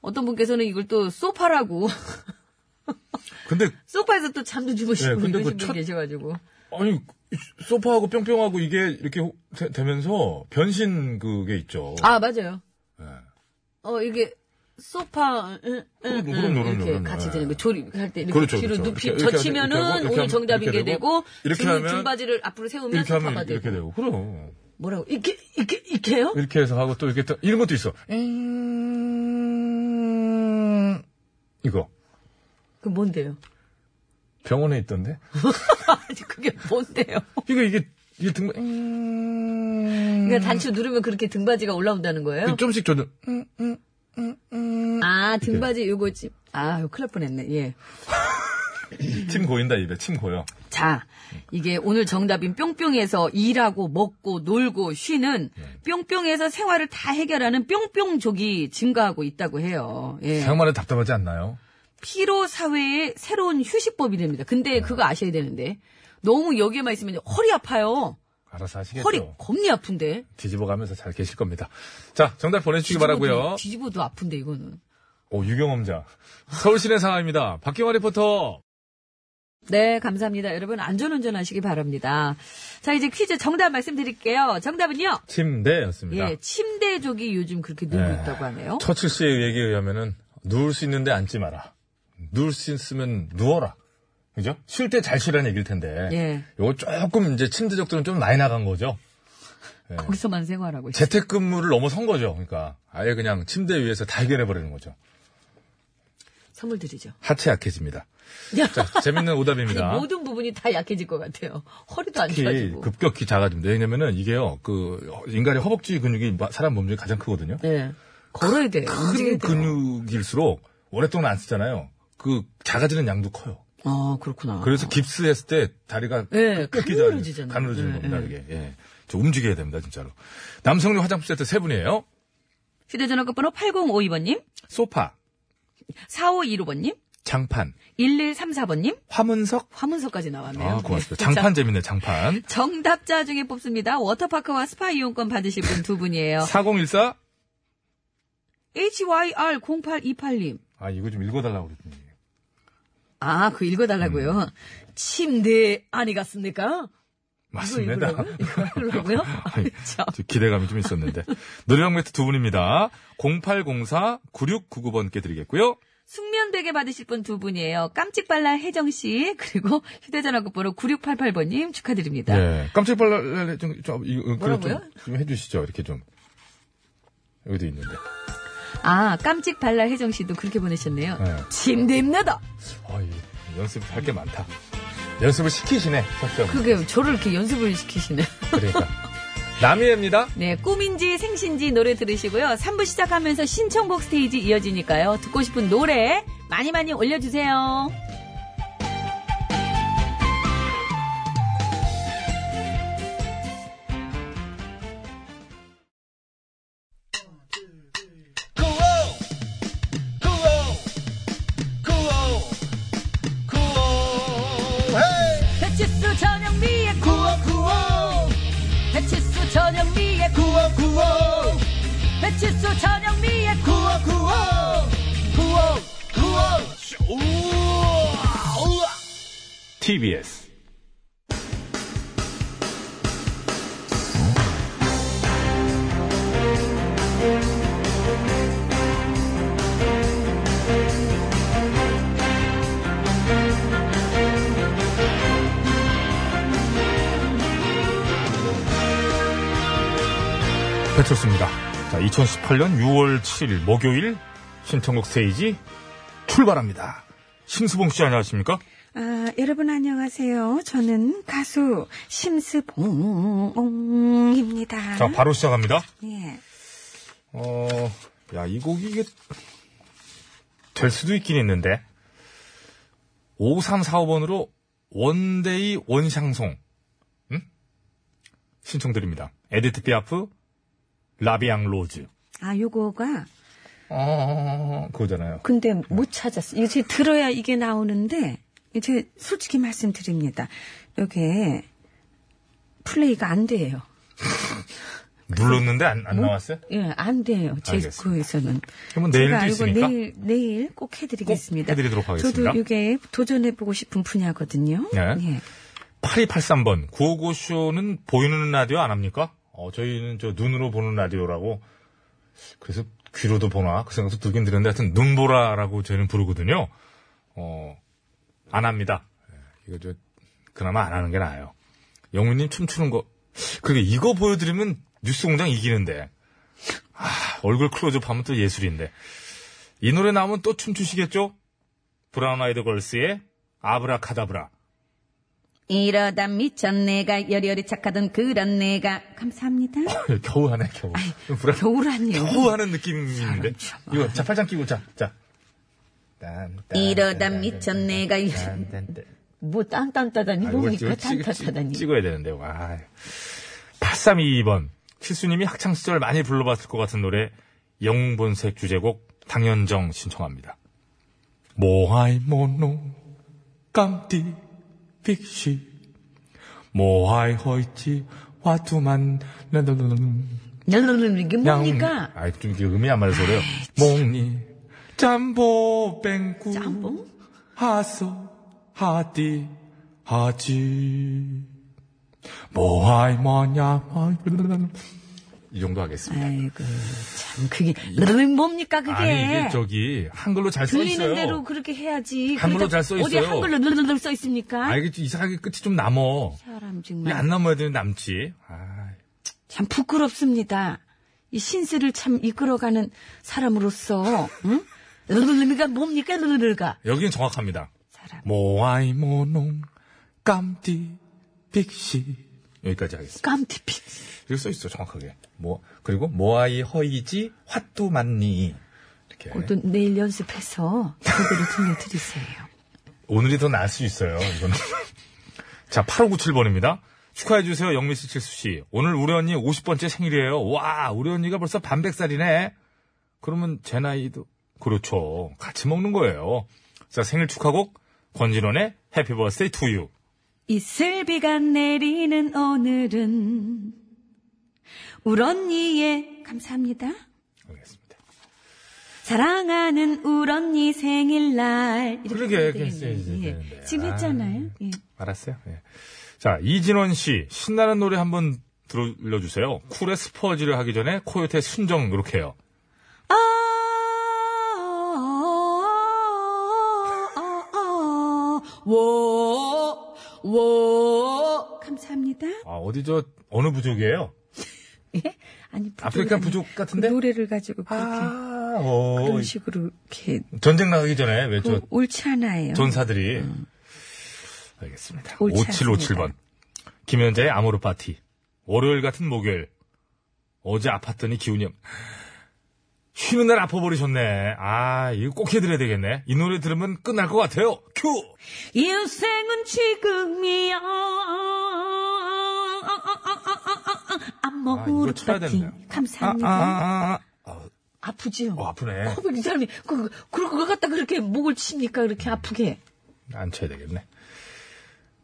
어떤 분께서는 이걸 또 소파라고, [LAUGHS] 근데, 소파에서 또 잠도 예, 주무시고 근데 이러신 그 분 첫- 계셔가지고. 아니, 소파하고 뿅뿅하고 이게 이렇게 호- 되- 되면서 변신 그게 있죠. 아, 맞아요. 예. 어, 이게, 소파, 응, 응, 그럼, 응, 그럼, 그럼, 이렇게 그럼, 같이 예. 되는 거, 조립할 때, 이렇게 그렇죠, 뒤로 그렇죠. 눕히, 이렇게, 이렇게 젖히면은 하고, 이렇게 오늘 하면 정답인 이렇게 게 되고, 되고, 이렇게 중, 하면- 중바지를 앞으로 세우면 이렇게 소파가 하면 이렇게 예. 되고. 그럼. 뭐라고? 이렇게, 이렇게, 이렇게요? 이렇게 해서 하고 또 이렇게 또 이런 것도 있어. 이거 그 뭔데요? [LAUGHS] 병원에 있던데. 아니, 그게 뭔데요? 이거 이게 이게 등 음... 그러니까 단추 누르면 그렇게 등받이가 올라온다는 거예요? 좀씩 조절. 아, 등받이 요거지. 아, 이거 큰일 날 뻔했네, 예. 침 고인다 입에 침 고요. 자, 이게 오늘 정답인 뿅뿅에서 일하고 먹고 놀고 쉬는 네. 뿅뿅에서 생활을 다 해결하는 뿅뿅족이 증가하고 있다고 해요. 예. 생각만 해도 답답하지 않나요? 피로 사회의 새로운 휴식법이 됩니다. 근데 그거 아셔야 되는데 너무 여기에만 있으면 허리 아파요. 알아서 하시겠죠. 허리 겁니 아픈데. 뒤집어가면서 잘 계실 겁니다. 자, 정답 보내주시기 바라고요. 뒤집어도 아픈데 이거는. 오, 유경험자. 서울 시내 상황입니다. 박경화 리포터. 네, 감사합니다. 여러분 안전운전 하시기 바랍니다. 자, 이제 퀴즈 정답 말씀드릴게요. 정답은요. 침대였습니다. 예, 침대족이 요즘 그렇게 늘고 예. 있다고 하네요. 처칠 씨의 얘기에 의하면은 누울 수 있는데 앉지 마라. 누울 수 있으면 누워라. 그죠? 쉴 때 잘 쉬라는 얘기일 텐데. 예. 요거 조금 이제 침대적들은 좀 많이 나간 거죠. 네. 거기서만 생활하고 있어요. 재택근무를 넘어선 거죠. 그러니까 아예 그냥 침대 위에서 다 해결해 버리는 거죠. 선물 드리죠. 하체 약해집니다. 자, 재밌는 아니, 오답입니다. 모든 부분이 다 약해질 것 같아요. 허리도 안 특히 그 좋아지고. 급격히 작아집니다. 왜냐면은 이게요, 그 인간의 허벅지 근육이 마- 사람 몸 중에 가장 크거든요. 네. 걸어야 돼요. 큰 움직여야 돼요. 근육일수록 오랫동안 안 쓰잖아요. 그 작아지는 양도 커요. 아, 그렇구나. 그래서 깁스했을 때 다리가 예, 급격히 가늘어지잖아요. 가늘어지는 예, 겁니다. 예. 이게 예. 저 움직여야 됩니다, 진짜로. 남성용 화장품 세트 세 분이에요. 휴대전화 끝번호 8052번님, 소파, 4525번님, 장판, 1134번님, 화문석. 화문서까지 나왔네요. 아, 고맙습니다. 네. 장판 자, 재밌네, 장판. 정답자 중에 뽑습니다. 워터파크와 스파 이용권 받으실 분 두 분이에요. 4014. HYR0828님. 아, 이거 좀 읽어달라고 그랬더니. 아, 그 읽어달라고요. 음. 침대 아니 갔습니까? 맞습니다. 이거 읽으라고요? [LAUGHS] [LAUGHS] 아니, 참. 저 기대감이 좀 있었는데. 노래방 매트 두 분입니다. 0804-9699번께 드리겠고요. 숙면 베개 받으실 분 두 분이에요. 깜찍발랄 혜정 씨 [LAUGHS] 그리고 휴대전화 끝번호 9688번님 축하드립니다. 예. 깜짝 발랄, 좀, 좀, 이거, 어, 그래 좀, 뭐라고요? 좀 해주시죠. 이렇게 좀. 여기도 있는데. 아 깜찍발랄 혜정 씨도 그렇게 보내셨네요. 네. 침대입니다. 아, 이 연습 할게 많다. 연습을 시키시네, 석정. 그게 저를 이렇게 연습을 시키시네. [LAUGHS] 그러니까. 남이입니다. 네, 꿈인지 생신지 노래 들으시고요. 3부 시작하면서 신청곡 스테이지 이어지니까요. 듣고 싶은 노래 많이 많이 올려주세요. 배치수 전영미의 구호 구호 배치수 전영미의 구호 구호 배치수 전영미의 구호 TBS. 배쳤습니다. 자, 2018년 6월 7일 목요일 신청곡 스테이지 출발합니다. 심수봉 씨 안녕하십니까? 아, 여러분 안녕하세요. 저는 가수 심스봉입니다. 자, 바로 시작합니다. 예. 어, 야, 이 곡이 이게 될 수도 있긴 있는데. 5345번으로 원데이 원샹송. 응? 신청드립니다. 에디트 피아프, 라비앙 로즈. 아, 요거가 어, 그거잖아요. 근데 못 찾았어. 이제 들어야 이게 나오는데 이제 솔직히 말씀드립니다. 요게 플레이가 안 돼요. 눌렀는데 안, 안 나왔어요? 예, 안 돼요. 제 알겠습니다. 거에서는. 그러면 내일도 제가 알고 있으니까? 내일 내일 꼭 해드리겠습니다. 꼭 해드리도록 하겠습니다. 저도 이게 도전해보고 싶은 분야거든요. 네. 예. 8283번, 구호고쇼는 보이는 라디오 안 합니까? 어, 저희는 저 눈으로 보는 라디오라고. 그래서 귀로도 보나? 그 생각도 들긴 드는데 하여튼 눈보라라고 저희는 부르거든요. 어, 안 합니다. 예, 이거 저, 그나마 안 하는 게 나아요. 영훈님 춤추는 거. 그게 이거 보여드리면 뉴스 공장 이기는데. 아, 얼굴 클로즈업 하면 또 예술인데. 이 노래 나오면 또 춤추시겠죠? 브라운 아이드 걸스의 아브라카다브라. 이러다 미쳤네가 여리여리 착하던 그런 내가 감사합니다. [LAUGHS] 겨우 하네, 겨우. 불안, 겨우, 겨울 아니에요. 하는 느낌인데. 이거 자팔짱 끼고 자, 자. 딴, 딴, 이러다 딴, 딴, 미쳤네가 딴, 딴, 딴. 뭐 딴딴따다니 아이고, 뭡니까 이거 찍- 찍- 딴딴따다니 찍어야 되는데, 와. 8322번. 칠수님이 학창시절 많이 불러봤을 것 같은 노래, 영본색 주제곡, 당연정 신청합니다. 모하이 모노, 깜띠, 픽시, 모하이 허이치, 화투만, 네, 랄랄랄랄. 너는 네, 이게 냥. 뭡니까? 아이, 좀 이게 음이 안 맞아서 그래요. 몽니, 짬보, 뱅구. 짬뽕? 하소, 하디, 하지. 뭐하이 뭐냐, 뭐하이. 이 정도 하겠습니다. 아이고 참 그게 너는 뭡니까 네, 그게 아니, 이게 저기, 한글로 잘 써 있어요. 들리는 대로 그렇게 해야지 한글로 그러다 잘써 어디 있어요. 한글로 너는 써 있습니까? 아, 이게 좀 이상하게 끝이 좀 남어. 사람 이게 정말 안 남아야 되는 남지. 아, 참 부끄럽습니다. 이 신세를 참 이끌어가는 사람으로서 응? 너는이가 뭡니까 너는이가 여기는 정확합니다. 사람 모하이 모농, 깜띠, 빅시. 여기까지 하겠습니다. 깜티피 이렇게 써 있어 정확하게. 뭐 그리고 모아이 허이지 핫도 만니 이렇게. 오늘 내일 연습해서 제대로 들려드리세요. 오늘이 더 나을 수 있어요. 이거는. [LAUGHS] 자 8597번입니다. 축하해 주세요 영미 씨, 칠수 씨. 오늘 우리 언니 50번째 생일이에요. 와 우리 언니가 벌써 반백살이네. 그러면 제 나이도 그렇죠. 같이 먹는 거예요. 자 생일 축하곡 권진원의 해피 버스데이 투유. 이슬비가 내리는 오늘은 울 언니의 감사합니다. 알겠습니다. 사랑하는 울 언니 생일날 이렇게 그러게, 해야 그렇게 되겠네요. 써야지 예. 되는데. 지금 아. 했잖아요. 예. 알았어요. 예. 자, 이진원 씨, 신나는 노래 한번 들려주세요. 쿨의 스퍼지를 하기 전에 코요태 순정, 이렇게 해요. 아, 아, 아, 아, 워, 워. 감사합니다. 아, 어디 저, 어느 부족이에요? 예? 아니 부족이 아프리카 아니라 부족 그 같은데? 노래를 가지고 그렇게 아, 어. 그런 식으로 이렇게 전쟁 나가기 전에, 왜 그 저, 옳지 않아요. 음. 전사들이. 알겠습니다. 옳지 5757번. 김현자의 아모르 파티. 월요일 같은 목요일. 어제 아팠더니 기운이 없... 쉬는 날 아파버리셨네. 아, 이거 꼭 해드려야 되겠네. 이 노래 들으면 끝날 것 같아요. 큐! 인생은 지금이야. 아, 이거 안먹으로 쳐야 된다. 감사합니다. 아, 아, 아, 아, 아. 프지요 어, 아프네. 이 사람이 그 그러고 갖다 그렇게 목을 칩니까 그렇게 아프게. 안 쳐야 되겠네.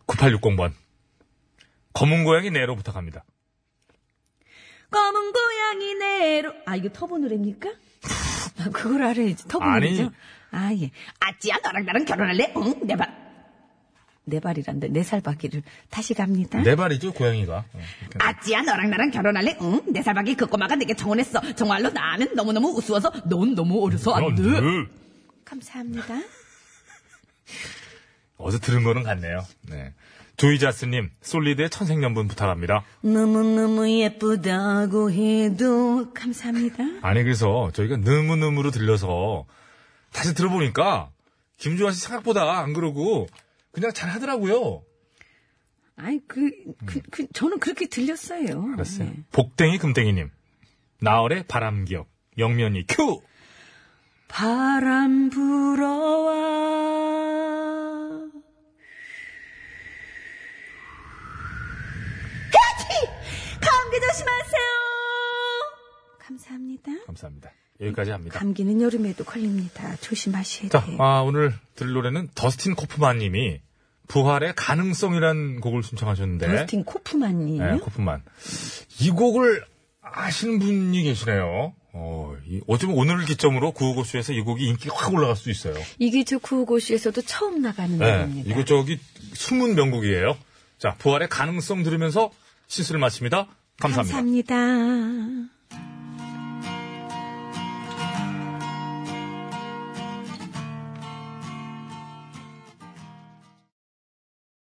9860번. 검은 고양이 네 내로 부탁합니다. 검은 고양이 내로. 아 이거 터보 노래입니까? 아, 그걸 알아야지. 터보 아니. 노래죠. 아 예. 아찌야 너랑 나랑 결혼할래? 응? 내 발. 내 발이란다. 내 살박이를 다시 갑니다. 내네 발이죠, 고양이가. 어, 이렇게. 아찌야 너랑 나랑 결혼할래? 응? 내 살박이 그 꼬마가 내게 정원했어. 정말로 나는 너무너무 우스워서 넌 너무 아, 어려서 안 네? 돼. 늘. 감사합니다. 어서 들은 거는 같네요. 네. 조이자스님, 솔리드의 천생연분 부탁합니다. 너무너무 예쁘다고 해도 감사합니다. 아니, 그래서 저희가 느무느무로 들려서 다시 들어보니까 김주환 씨 생각보다 안 그러고 그냥 잘 하더라고요. 아니 그, 그, 그 저는 그렇게 들렸어요. 알았어요. 네. 복댕이 금댕이님, 나얼의 바람기억, 영면이 큐! 바람 불어와. 그렇지! 감기 조심하세요! 감사합니다. 감사합니다. 여기까지 합니다. 감기는 여름에도 걸립니다. 조심하셔야 자, 돼요. 아, 오늘 들을 노래는 더스틴 코프만 님이 부활의 가능성이란 곡을 신청하셨는데. 더스틴 코프만이에요. 네, 코프만. 이 곡을 아시는 분이 계시네요. 어, 이- 어쩌면 오늘을 기점으로 구호고쇼에서 이 곡이 인기가 확 올라갈 수도 있어요. 이게 저 구호고시에서도 처음 나가는 네, 노래입니다. 이거 저기 숨은 명곡이에요. 자, 부활의 가능성 들으면서 시술을 마칩니다. 감사합니다. 감사합니다.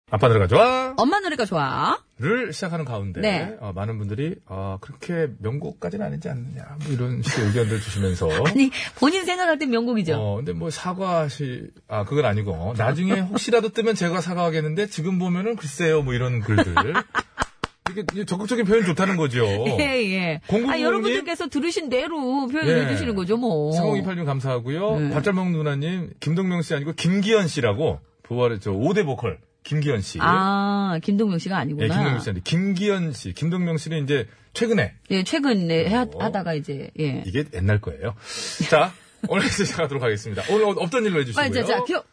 아빠 들어가 좋아. 엄마 노래가 좋아. 를 시작하는 가운데 네. 어, 많은 분들이 아, 그렇게 명곡까지는 아니지 않느냐 뭐 이런 식의 의견들 주시면서 [LAUGHS] 아니, 본인 생각할 땐 명곡이죠. 어, 근데 뭐 사과시, 아, 그건 아니고. 나중에 혹시라도 뜨면 제가 사과하겠는데 지금 보면은 글쎄요, 뭐 [LAUGHS] 이런 글들. 이게 적극적인 표현 좋다는 거죠. 예, 예. 아, 공구공님? 여러분들께서 들으신 대로 표현을 예. 해주시는 거죠, 뭐. 상호이팔님 네. 감사하고요. 밥잘 먹는 누나님, 김동명 씨 아니고 김기현 씨라고 부활의 저 5대 보컬. 김기현 씨. 아, 김동명 씨가 예, 아니구나. 김동명 씨인데 김기현 씨, 김동명 씨는 이제 최근에 예, 최근에 하, 어. 하다가 이제, 예. 이게 옛날 거예요. 자, 오늘 시작하도록 하겠습니다. 오늘 없던 일로 해주시고요. 빨리, 아, 자, 자, 기억.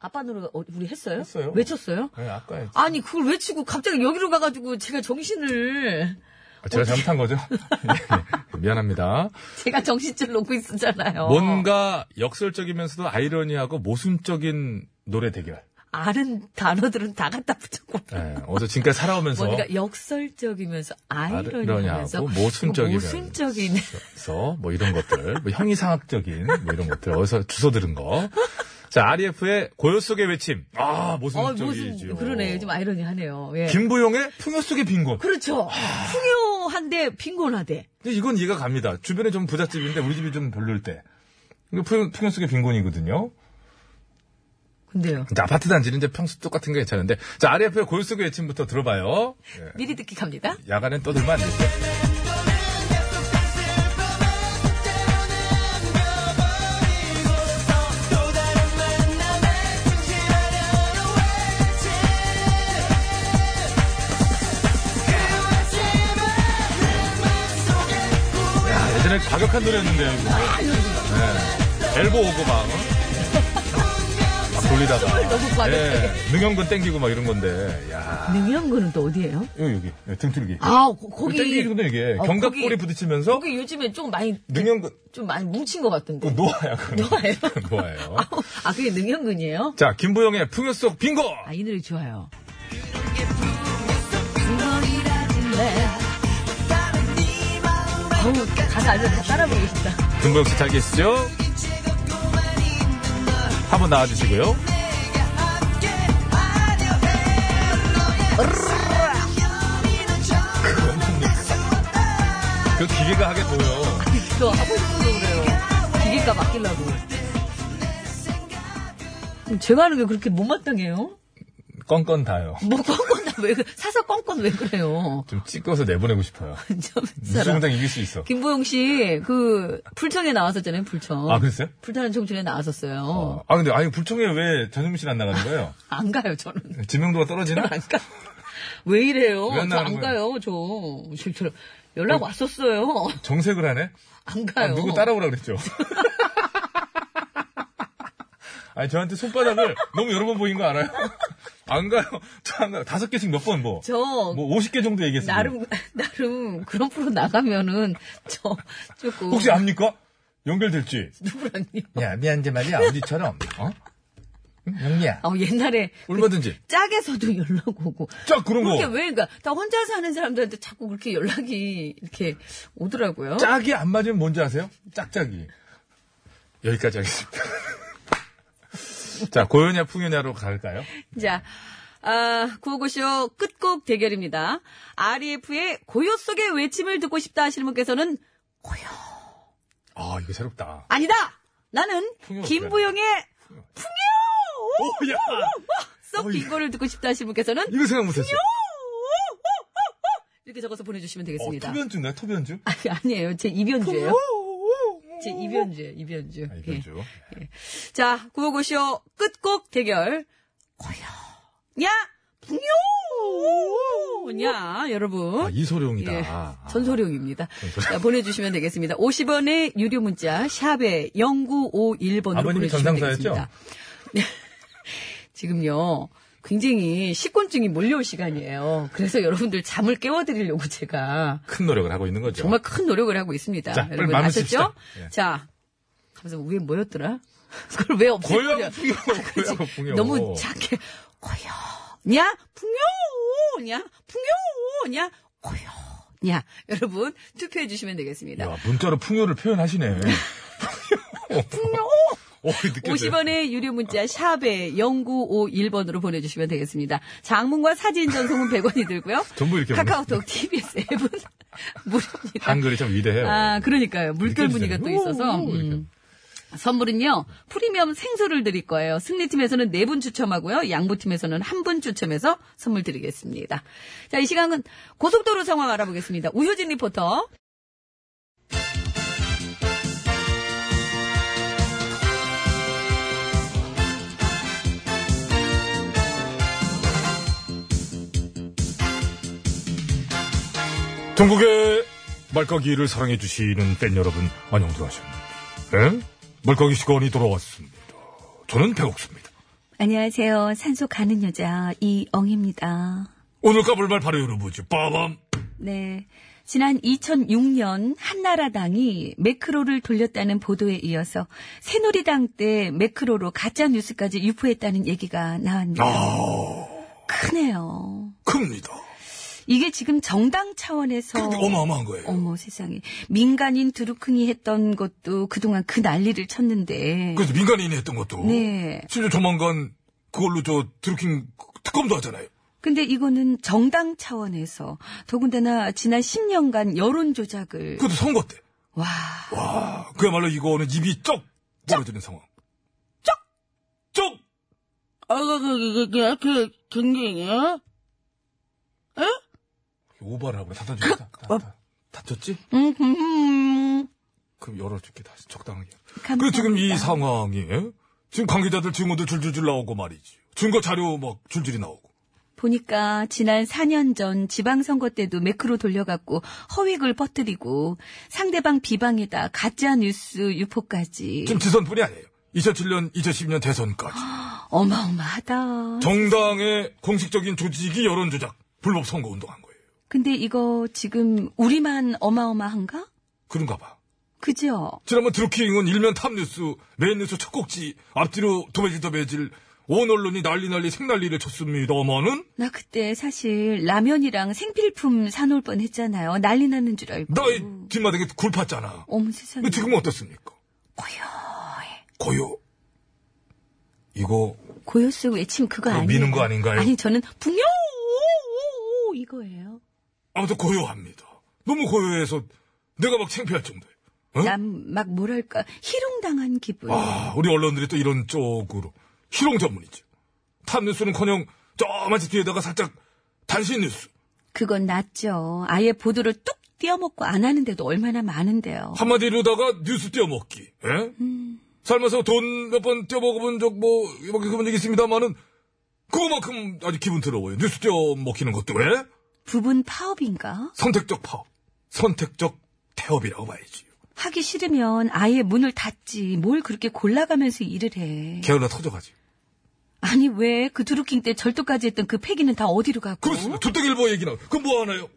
아빠 노래, 어, 우리 했어요? 했어요. 외쳤어요? 네, 아까 했죠. 아니, 그걸 외치고 갑자기 여기로 가가지고 제가 정신을, [LAUGHS] 아, 제가 잘못한 거죠? [LAUGHS] 네, 미안합니다. 제가 정신줄 놓고 있었잖아요. 뭔가 역설적이면서도 아이러니하고 모순적인 노래 대결. 아는 단어들은 다 갖다 붙였고. 네, 어제 지금까지 살아오면서 뭔가 역설적이면서 아이러니하면서 아이러니하고 뭐 모순적이면서. 모순적인 그래서 뭐 이런 것들, 뭐 형이상학적인 뭐 이런 것들 어디서 주워 들은 거. 자, REF의 고요 속의 외침. 아, 어, 모순적이죠. 모순 그러네요. 좀 아이러니하네요. 예. 김부용의 아. 풍요 속의 빈곤. 그렇죠. 풍요한데 빈곤하대. 근데 이건 이해가 갑니다. 주변에 좀 부잣집인데 우리 집이 좀 별로일 때. 이거 풍요, 풍요 속의 빈곤이거든요. 근데요. 이제 아파트 단지는 이제 평소 똑같은 게 괜찮은데. 자, REF의 고요 속의 외침부터 들어봐요. 예. 미리 듣기 갑니다. 야간엔 떠들면 안 되죠. 야, 예전에 과격한 노래였는데요, 이거. 네. 엘보 오고 막, 어? 막 돌리다가. 너무 과격하게. 예, 능형근 땡기고 막 이런 건데, 야 능형군은 또 어디예요? 여기, 여기, 여기 등줄기. 아, 고- 거기. 땡기거든, 이게. 어, 견갑골이 거기- 부딪히면서 거기 요즘에 좀 많이 능형근, 좀 많이 뭉친 것 같던데. 그거 노아야, 그거. [LAUGHS] [LAUGHS] 노아예요? 노아예요. 아우, 아, 그게 능형근이에요? 자, 김부영의 풍요 속 빙고! 아, 이 노래 좋아요. 어우, 가사 알면 다 따라 부르고 싶다. [LAUGHS] 김부영 씨 잘 계시죠? 한번 나와주시고요. 그 기계가 하게 보여. 그거 하고 싶어서 그래요. 기계값 아끼려고. 제가 하는 게 그렇게 못마땅해요? 껌껌 다요. 뭐, 껌껌, 왜, 그- 사서 껌껌 왜 그래요? [LAUGHS] 좀 찍어서 내보내고 싶어요. 참, 사람. 수공장 이길 수 있어. 김보영 씨, 그, 불청에 나왔었잖아요, 불청. 아, 그랬어요? 불타는 청춘에 나왔었어요. 어. 아, 근데, 아니, 불청에 왜 전현민 씨는 안 나가는 거예요? 안 가요, 저는. 지명도가 떨어지나? [LAUGHS] 안 가. 왜 이래요? 왜안 저 안 나가는 가요, 저. 저, 저 연락 왔었어요. [LAUGHS] 정색을 하네? 안 아, 가요. 누구 따라오라 그랬죠? [LAUGHS] 아니, 저한테 손바닥을 너무 여러 번 보인 거 알아요? [LAUGHS] 안 가요. 저 안 가요. 다섯 개씩 몇 번 뭐. 저, 뭐 50개 정도 얘기했어요. 나름, [LAUGHS] 나름, 그런 프로 나가면은, 저, 조금. 혹시 아- 압니까? 연결될지. 누구랑요? 야, 미안한데 [LAUGHS] 말이야. 우리처럼. 어? 응? 영미야. 아, 옛날에. 얼마든지. 짝에서도 연락 오고. 짝 그런 거. 그렇게 왜, 그니까, 다 혼자 사는 사람들한테 자꾸 그렇게 연락이 이렇게 오더라고요. 짝이 안 맞으면 뭔지 아세요? 짝짝이. 여기까지 하겠습니다. [LAUGHS] 자, 고연야 풍연야로 갈까요? 자, 아, 구호고쇼 끝곡 대결입니다. REF의 고요 속의 외침을 듣고 싶다 하시는 분께서는 아, 이거 새롭다. 아니다! 나는 풍요 김부영의 오, 야! 썩 긴거를 듣고 싶다 하시는 분께서는 이거 생각 못했어. 이렇게 적어서 보내주시면 어, 되겠습니다. 토변주인가요? 토변주? [LAUGHS] 아니, 아니에요. 제 입연주예요. 제 입연주예요. 입연주. 아, 이변주. 예. 예. 자, 구호고쇼 끝곡 대결. 고요냐? 풍요냐? 여러분. 아, 이소룡이다. 예, 아. 전소룡입니다. 자, 보내주시면 되겠습니다. 50원의 유료 문자 샵에 0951번으로 아버님이 보내주시면 전상사였죠? 되겠습니다. [LAUGHS] 지금요. 굉장히 식곤증이 몰려올 시간이에요. 그래서 여러분들 잠을 깨워드리려고 제가 큰 노력을 하고 있는 거죠. 예. 정말 큰 노력을 하고 있습니다. 자, 빨리 여러분 마무리 아셨죠? 칩시다. 예. 자, 가면서 위에 뭐였더라? [LAUGHS] 그걸 왜 고요 없애려? [LAUGHS] 풍요, 고요 풍요. 너무 작게 고요냐 풍요냐 풍요냐 고요냐 여러분 투표해 주시면 되겠습니다. 야, 문자로 풍요를 표현하시네. [LAUGHS] 풍요. 오, 느껴져요. 50원의 유료 문자 샵에 0951번으로 보내주시면 되겠습니다. 장문과 사진 전송은 100원이 들고요. 전부 이렇게 카카오톡 TBS 앱은 [LAUGHS] 무료입니다. 한글이 참 위대해요. 아 그러니까요. 물결 무늬가 또 느껴지잖아요. 있어서 오, 오, 이렇게. 음. 선물은요, 프리미엄 생수를 드릴 거예요. 승리팀에서는 네 분 추첨하고요, 양보팀에서는 한 분 추첨해서 선물 드리겠습니다. 자, 이 시간은 고속도로 상황 알아보겠습니다. 우효진 리포터. 전국의 말까기를 사랑해주시는 팬 여러분, 안녕들 하셨는데. 네? 말까기 시간이 돌아왔습니다. 저는 배옥수입니다. 안녕하세요. 산소 가는 여자 이엉입니다. 오늘 까불 말 바로 열어보죠. 빠밤! 네. 지난 2006년 한나라당이 매크로를 돌렸다는 보도에 이어서 새누리당 때 매크로로 가짜 뉴스까지 유포했다는 얘기가 나왔네요. 아. 크네요. 큽니다. 이게 지금 정당 차원에서 그게 그러니까 어마어마한 거예요. 어머 세상에 민간인 드루킹이 했던 것도 그동안 그 난리를 쳤는데 그래서 민간인이 했던 것도. 네. 심지어 조만간 그걸로 저 드루킹 특검도 하잖아요. 근데 이거는 정당 차원에서 더군다나 지난 10년간 여론 조작을 그것도 선거 때. 와 와, 그야말로 이거는 입이 쩍! 벌어지는 상황. 쩍! 쩍! 오바를 하고 다다줬다. 다- 다쳤지? 음, 음, 음. 그럼 열어줄게 다시 적당하게. 감사합니다. 그리고 지금 이 상황이 예? 지금 관계자들 증언들 줄줄줄 나오고 말이지. 증거 자료 막 줄줄이 나오고. 보니까 지난 4년 전 지방선거 때도 매크로 돌려갖고 허위글 퍼뜨리고 상대방 비방에다 가짜 뉴스 유포까지 지금 지선뿐이 아니에요. 2007년, 2010년 대선까지 어마어마하다. 정당의 공식적인 조직이 여론 조작, 불법 선거 운동한 거예요. 근데 이거 지금 우리만 어마어마한가? 그런가 봐. 그죠? 지난번 드루킹은 일면 탑뉴스, 메인뉴스 첫 곡지, 앞뒤로 도배질 도배질, 온 언론이 난리 난리 생난리를 쳤습니다만은 나 그때 사실 라면이랑 생필품 사놓을 뻔 했잖아요. 난리 나는 줄 알고. 나의 뒷마당에 굴팠잖아. 어머 세상에. 근데 지금은 어떻습니까? 고요해. 고요. 이거 고요스 외침 그거 그거 아니에요. 어, 미는 거 아닌가요? 아니 저는 분명 이거예요. 아무튼 고요합니다. 너무 고요해서 내가 막 창피할 정도예요. 어? 난 막 뭐랄까 희롱당한 기분. 아, 우리 언론들이 또 이런 쪽으로 희롱 전문이죠. 탑뉴스는커녕 저만치 뒤에다가 살짝 단신 뉴스 그건 낫죠. 아예 보도를 뚝 띄어먹고 안 하는데도 얼마나 많은데요. 한마디로다가 뉴스 띄어먹기. 예? 살면서 돈 몇 번 띄어먹어본 적뭐 이만큼 그런 적있습니다마는 그거만큼 아주 기분 더러워요. 뉴스 띄어먹히는 것도 예? 부분 파업인가? 선택적 파업, 선택적 태업이라고 봐야지. 하기 싫으면 아예 문을 닫지. 뭘 그렇게 골라가면서 일을 해. 게을러 터져가지. 아니 왜 그 드루킹 때 절도까지 했던 그 폐기는 다 어디로 갔고? 그렇습니다. 조땡일보 얘기나. 그럼 뭐 하나요?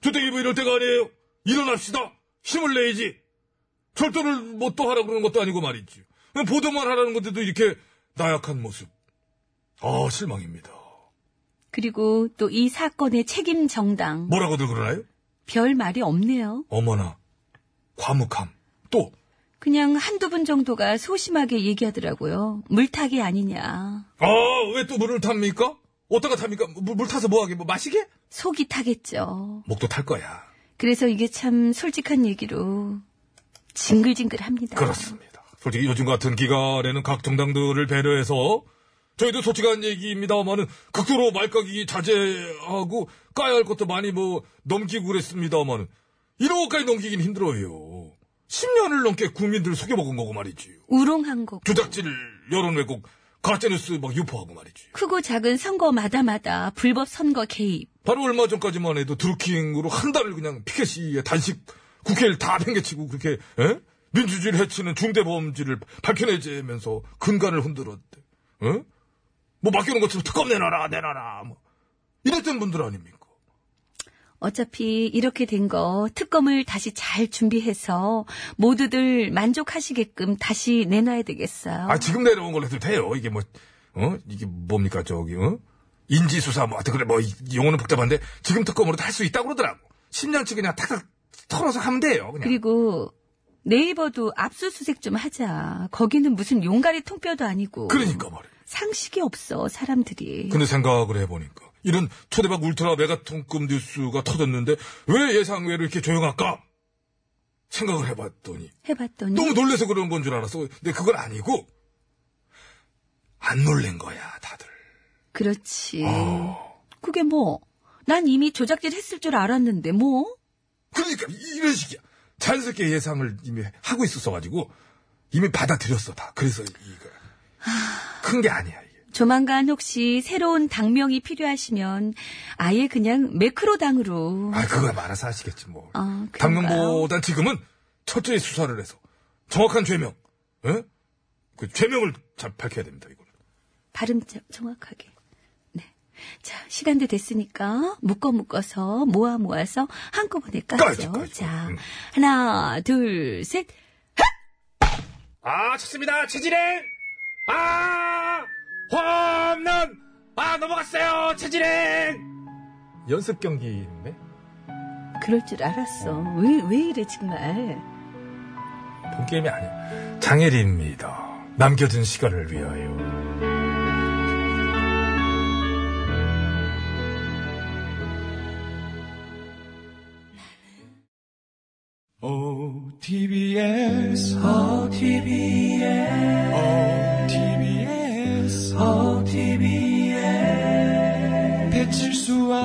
조땡일보 이럴 때가 아니에요. 일어납시다. 힘을 내야지. 절도를 뭐 또 하라 그러는 것도 아니고 말이지. 그냥 보도만 하라는 건데도 이렇게 나약한 모습. 아, 실망입니다. 그리고 또 이 사건의 책임 정당 뭐라고들 그러나요? 별 말이 없네요. 어머나. 과묵함. 또, 그냥 한두 분 정도가 소심하게 얘기하더라고요. 물타기 아니냐. 아, 왜 또 물을 탑니까? 어디다가 탑니까? 물, 물 타서 뭐하게? 뭐 마시게? 속이 타겠죠. 목도 탈 거야. 그래서 이게 참 솔직한 얘기로 징글징글합니다. 그렇습니다. 솔직히 요즘 같은 기간에는 각 정당들을 배려해서 저희도 솔직한 얘기입니다만은 극도로 말까기 자제하고 까야 할 것도 많이 뭐 넘기고 그랬습니다만은 이런 것까지 넘기긴 힘들어요. 10년을 넘게 국민들 속여먹은 거고 말이지요. 우롱한 거고 조작질, 여론 왜곡, 가짜뉴스 막 유포하고 말이지요. 크고 작은 선거마다마다 불법 선거 개입. 바로 얼마 전까지만 해도 드루킹으로 한 달을 그냥 피켓시에 단식 국회를 다 팽개치고 그렇게 에? 민주주의를 해치는 중대범죄를 밝혀내면서 근간을 흔들었대. 에? 뭐 맡겨놓은 것처럼 특검 내놔라 내놔라 뭐 이랬던 분들 아닙니까? 어차피 이렇게 된 거 특검을 다시 잘 준비해서 모두들 만족하시게끔 다시 내놔야 되겠어요. 아 지금 내려온 걸로 해도 돼요. 이게 뭐 어? 이게 뭡니까 저기 어? 인지수사 뭐 하여튼 그래 뭐 이- 용어는 복잡한데 지금 특검으로도 할 수 있다고 그러더라고. 10년치 그냥 탁탁 털어서 하면 돼요. 그냥. 그리고 네이버도 압수수색 좀 하자. 거기는 무슨 용가리 통뼈도 아니고 그러니까 말이야. 상식이 없어 사람들이. 근데 생각을 해보니까 이런 초대박 울트라 메가톤급 뉴스가 터졌는데 왜 예상외로 이렇게 조용할까? 생각을 해봤더니 해봤더니 너무 놀래서 그런 건 줄 알았어. 근데 그건 아니고 안 놀란 거야 다들. 그렇지. 아. 그게 뭐? 난 이미 조작질 했을 줄 알았는데 뭐? 그러니까 이- 이런 식이야. 자연스럽게 예상을 이미 하고 있었어가지고 이미 받아들였어 다. 그래서 이거 큰 게 아니야 이게. 조만간 혹시 새로운 당명이 필요하시면 아예 그냥 매크로당으로. 아, 그거야 알아서 하시겠지, 뭐. 아, 그런가요? 당면보단 지금은 철저히 수사를 해서 정확한 죄명, 예? 그 죄명을 잘 밝혀야 됩니다, 이거는. 발음 자- 정확하게. 네. 자, 시간도 됐으니까 묶어 묶어서 모아 모아서 한꺼번에 까야죠, 까죠. 까야죠. 자, 음. 하나, 둘, 셋. 아, 좋습니다. 최진행! 아! 홈런! 아, 넘어갔어요! 최진행! 연습 경기인데? 그럴 줄 알았어. 왜, 왜 이래, 정말. 본 게임이 아니야. 장혜리입니다. 남겨진 시간을 위하여. OTBS, OTBS, OTBS, OTBS, 배칠수와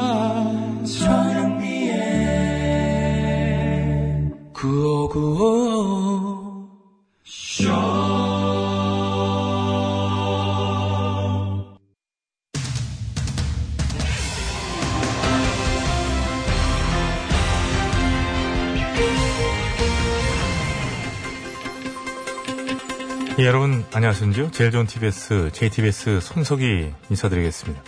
전영미의 구호구호 예, 여러분 안녕하십니까? 제일 좋은 TBS, JTBS 손석희 인사드리겠습니다.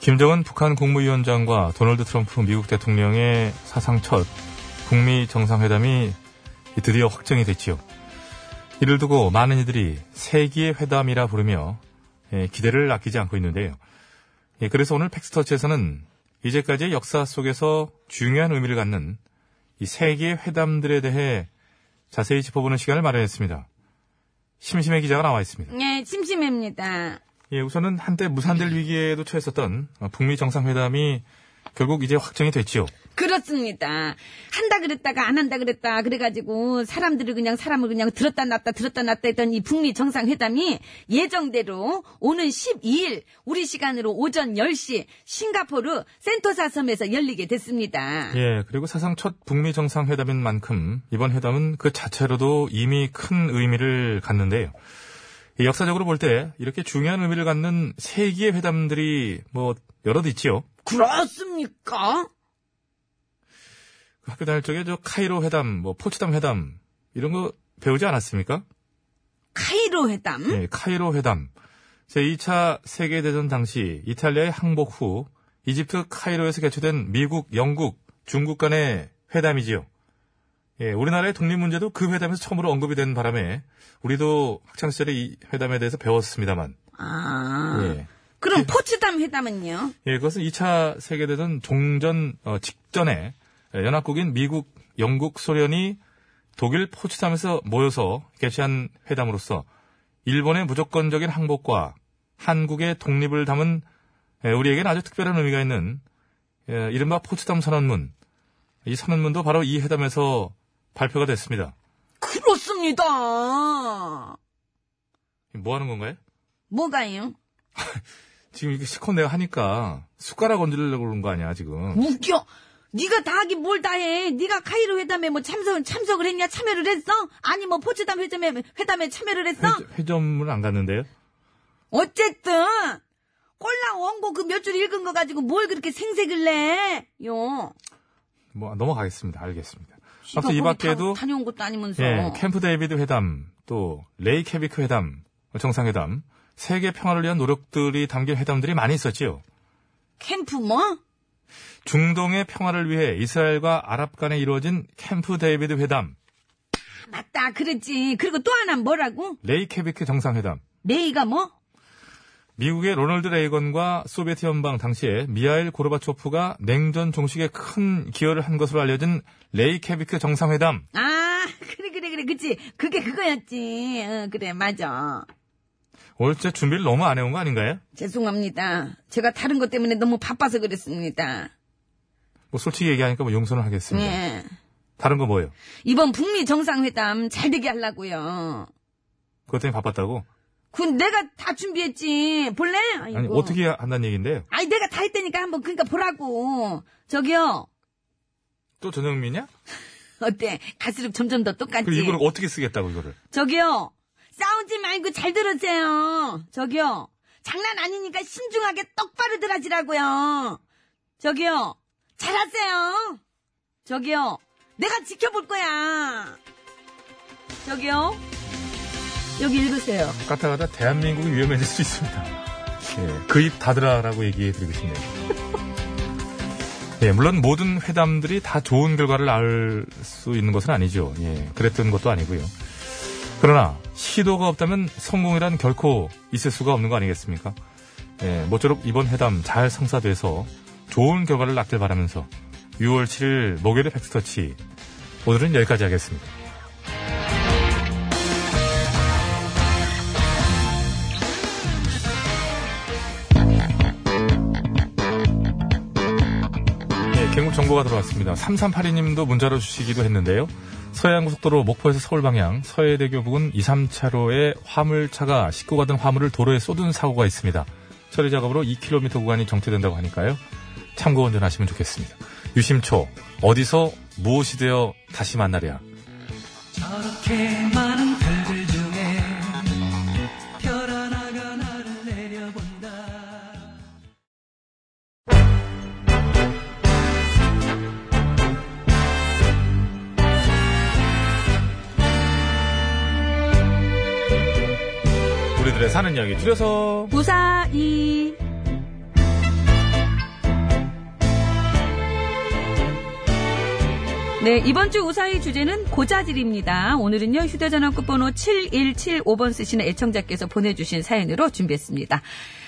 김정은 북한 국무위원장과 도널드 트럼프 미국 대통령의 사상 첫 북미 정상회담이 드디어 확정이 됐지요. 이를 두고 많은 이들이 세기의 회담이라 부르며 예, 기대를 아끼지 않고 있는데요. 예, 그래서 오늘 팩스터치에서는 이제까지의 역사 속에서 중요한 의미를 갖는 이 세기의 회담들에 대해 자세히 짚어보는 시간을 마련했습니다. 심심해 기자가 나와 있습니다. 네, 심심합니다. 예, 우선은 한때 무산될 위기에도 처했었던 어, 북미 정상회담이 결국 이제 확정이 됐지요. 그렇습니다. 한다 그랬다가 안 한다 그랬다 그래가지고 사람들을 그냥 사람을 그냥 들었다 놨다 들었다 놨다 했던 이 북미 정상회담이 예정대로 오는 12일 우리 시간으로 오전 10시 싱가포르 센토사 섬에서 열리게 됐습니다. 예, 그리고 사상 첫 북미 정상회담인 만큼 이번 회담은 그 자체로도 이미 큰 의미를 갖는데요. 이 역사적으로 볼 때 이렇게 중요한 의미를 갖는 세기의 회담들이 뭐 여럿 있지요. 그렇습니까? 그 학교 다닐 적에 저 카이로 회담, 뭐 포츠담 회담 이런 거 배우지 않았습니까? 카이로 회담? 예, 카이로 회담. 제2차 세계대전 당시 이탈리아의 항복 후 이집트 카이로에서 개최된 미국, 영국, 중국 간의 회담이지요. 예, 우리나라의 독립 문제도 그 회담에서 처음으로 언급이 된 바람에 우리도 학창시절에 이 회담에 대해서 배웠습니다만. 아. 예. 그럼 포츠담 회담은요? 예, 그것은 2차 세계대전 종전 어, 직전에 연합국인 미국, 영국, 소련이 독일 포츠담에서 모여서 개최한 회담으로서 일본의 무조건적인 항복과 한국의 독립을 담은 예, 우리에겐 아주 특별한 의미가 있는 예, 이른바 포츠담 선언문. 이 선언문도 바로 이 회담에서 발표가 됐습니다. 그렇습니다. 뭐 하는 건가요? 뭐가요? 지금 이렇게 시컷 내가 하니까 숟가락 얹으려고 그러는 거 아니야, 뭐? 지금. 웃겨. 네가 다 하긴 뭘 다 해. 네가 카이로 회담에 뭐 참석 참석을 했냐? 참여를 했어? 아니 뭐 포츠담 회담에 회담에 참여를 했어? 회, 회점은 안 갔는데요? 어쨌든 꼴랑 원고 그 몇 줄 읽은 거 가지고 뭘 그렇게 생색을 내? 요. 뭐 넘어가겠습니다. 알겠습니다. 지가 아무튼 이 거기 다- 밖에도 다녀온 것도 아니면서. 예, 캠프 데이비드 회담 또 레이 케비크 회담 정상회담 세계 평화를 위한 노력들이 담긴 회담들이 많이 있었지요. 캠프 뭐? 중동의 평화를 위해 이스라엘과 아랍 간에 이루어진 캠프 데이비드 회담, 맞다. 그랬지. 그리고 또 하나 뭐라고? 레이 케비크 정상회담, 레이가 뭐? 미국의 로널드 레이건과 소비에트 연방 당시에 미하일 고르바초프가 냉전 종식에 큰 기여를 한 것으로 알려진 레이 케비크 정상회담, 아, [LAUGHS] 그래 그래 그래. 그치 그게 그거였지. 어, 그래. 맞아. 오늘 진짜 준비를 너무 안 해온 거 아닌가요? 죄송합니다. 제가 다른 것 때문에 너무 바빠서 그랬습니다. 뭐 솔직히 얘기하니까 뭐 용서는 하겠습니다. 예. 다른 거 뭐예요? 이번 북미 정상회담 잘 되게 하려고요. 그것 때문에 바빴다고? 그건 내가 다 준비했지. 볼래? 아이고. 아니, 어떻게 한다는 얘기인데요? 아니, 내가 다 했다니까 한번 그러니까 보라고. 저기요. 또 전영민이야? 어때? 갈수록 점점 더 똑같지. 그리고 이걸 어떻게 쓰겠다고, 이거를. 저기요. 싸우지 말고 잘 들으세요. 저기요. 장난 아니니까 신중하게 똑바로 들하지라고요. 저기요, 잘하세요. 저기요, 내가 지켜볼 거야. 저기요, 여기 읽으세요. 까딱하다 대한민국이 위험해질 수 있습니다. 예, 그 입 닫으라라고 얘기해드리고 싶네요. 예, 물론 모든 회담들이 다 좋은 결과를 낳을 수 있는 것은 아니죠. 예, 그랬던 것도 아니고요. 그러나 시도가 없다면 성공이란 결코 있을 수가 없는 거 아니겠습니까? 예, 모쪼록 이번 회담 잘 성사돼서 좋은 결과를 낳길 바라면서 6월 7일 목요일의 팩스터치 오늘은 여기까지 하겠습니다. 예, 갱국 정보가 들어왔습니다. 3382님도 문자로 주시기도 했는데요. 서해안고속도로 목포에서 서울 방향 서해대교 부근 2, 3차로에 화물차가 싣고 가던 화물을 도로에 쏟은 사고가 있습니다. 처리 작업으로 2km 구간이 정체된다고 하니까요. 참고 운전하시면 좋겠습니다. 유심초 어디서 무엇이 되어 다시 만나랴. 저렇게 많은 별들 중에 별 하나가 나를 내려본다 우리들의 사는 이야기 줄여서 무사히. 네, 이번 주 우사의 주제는 고자질입니다. 오늘은요, 휴대전화 끝번호 7175번 쓰시는 애청자께서 보내주신 사연으로 준비했습니다.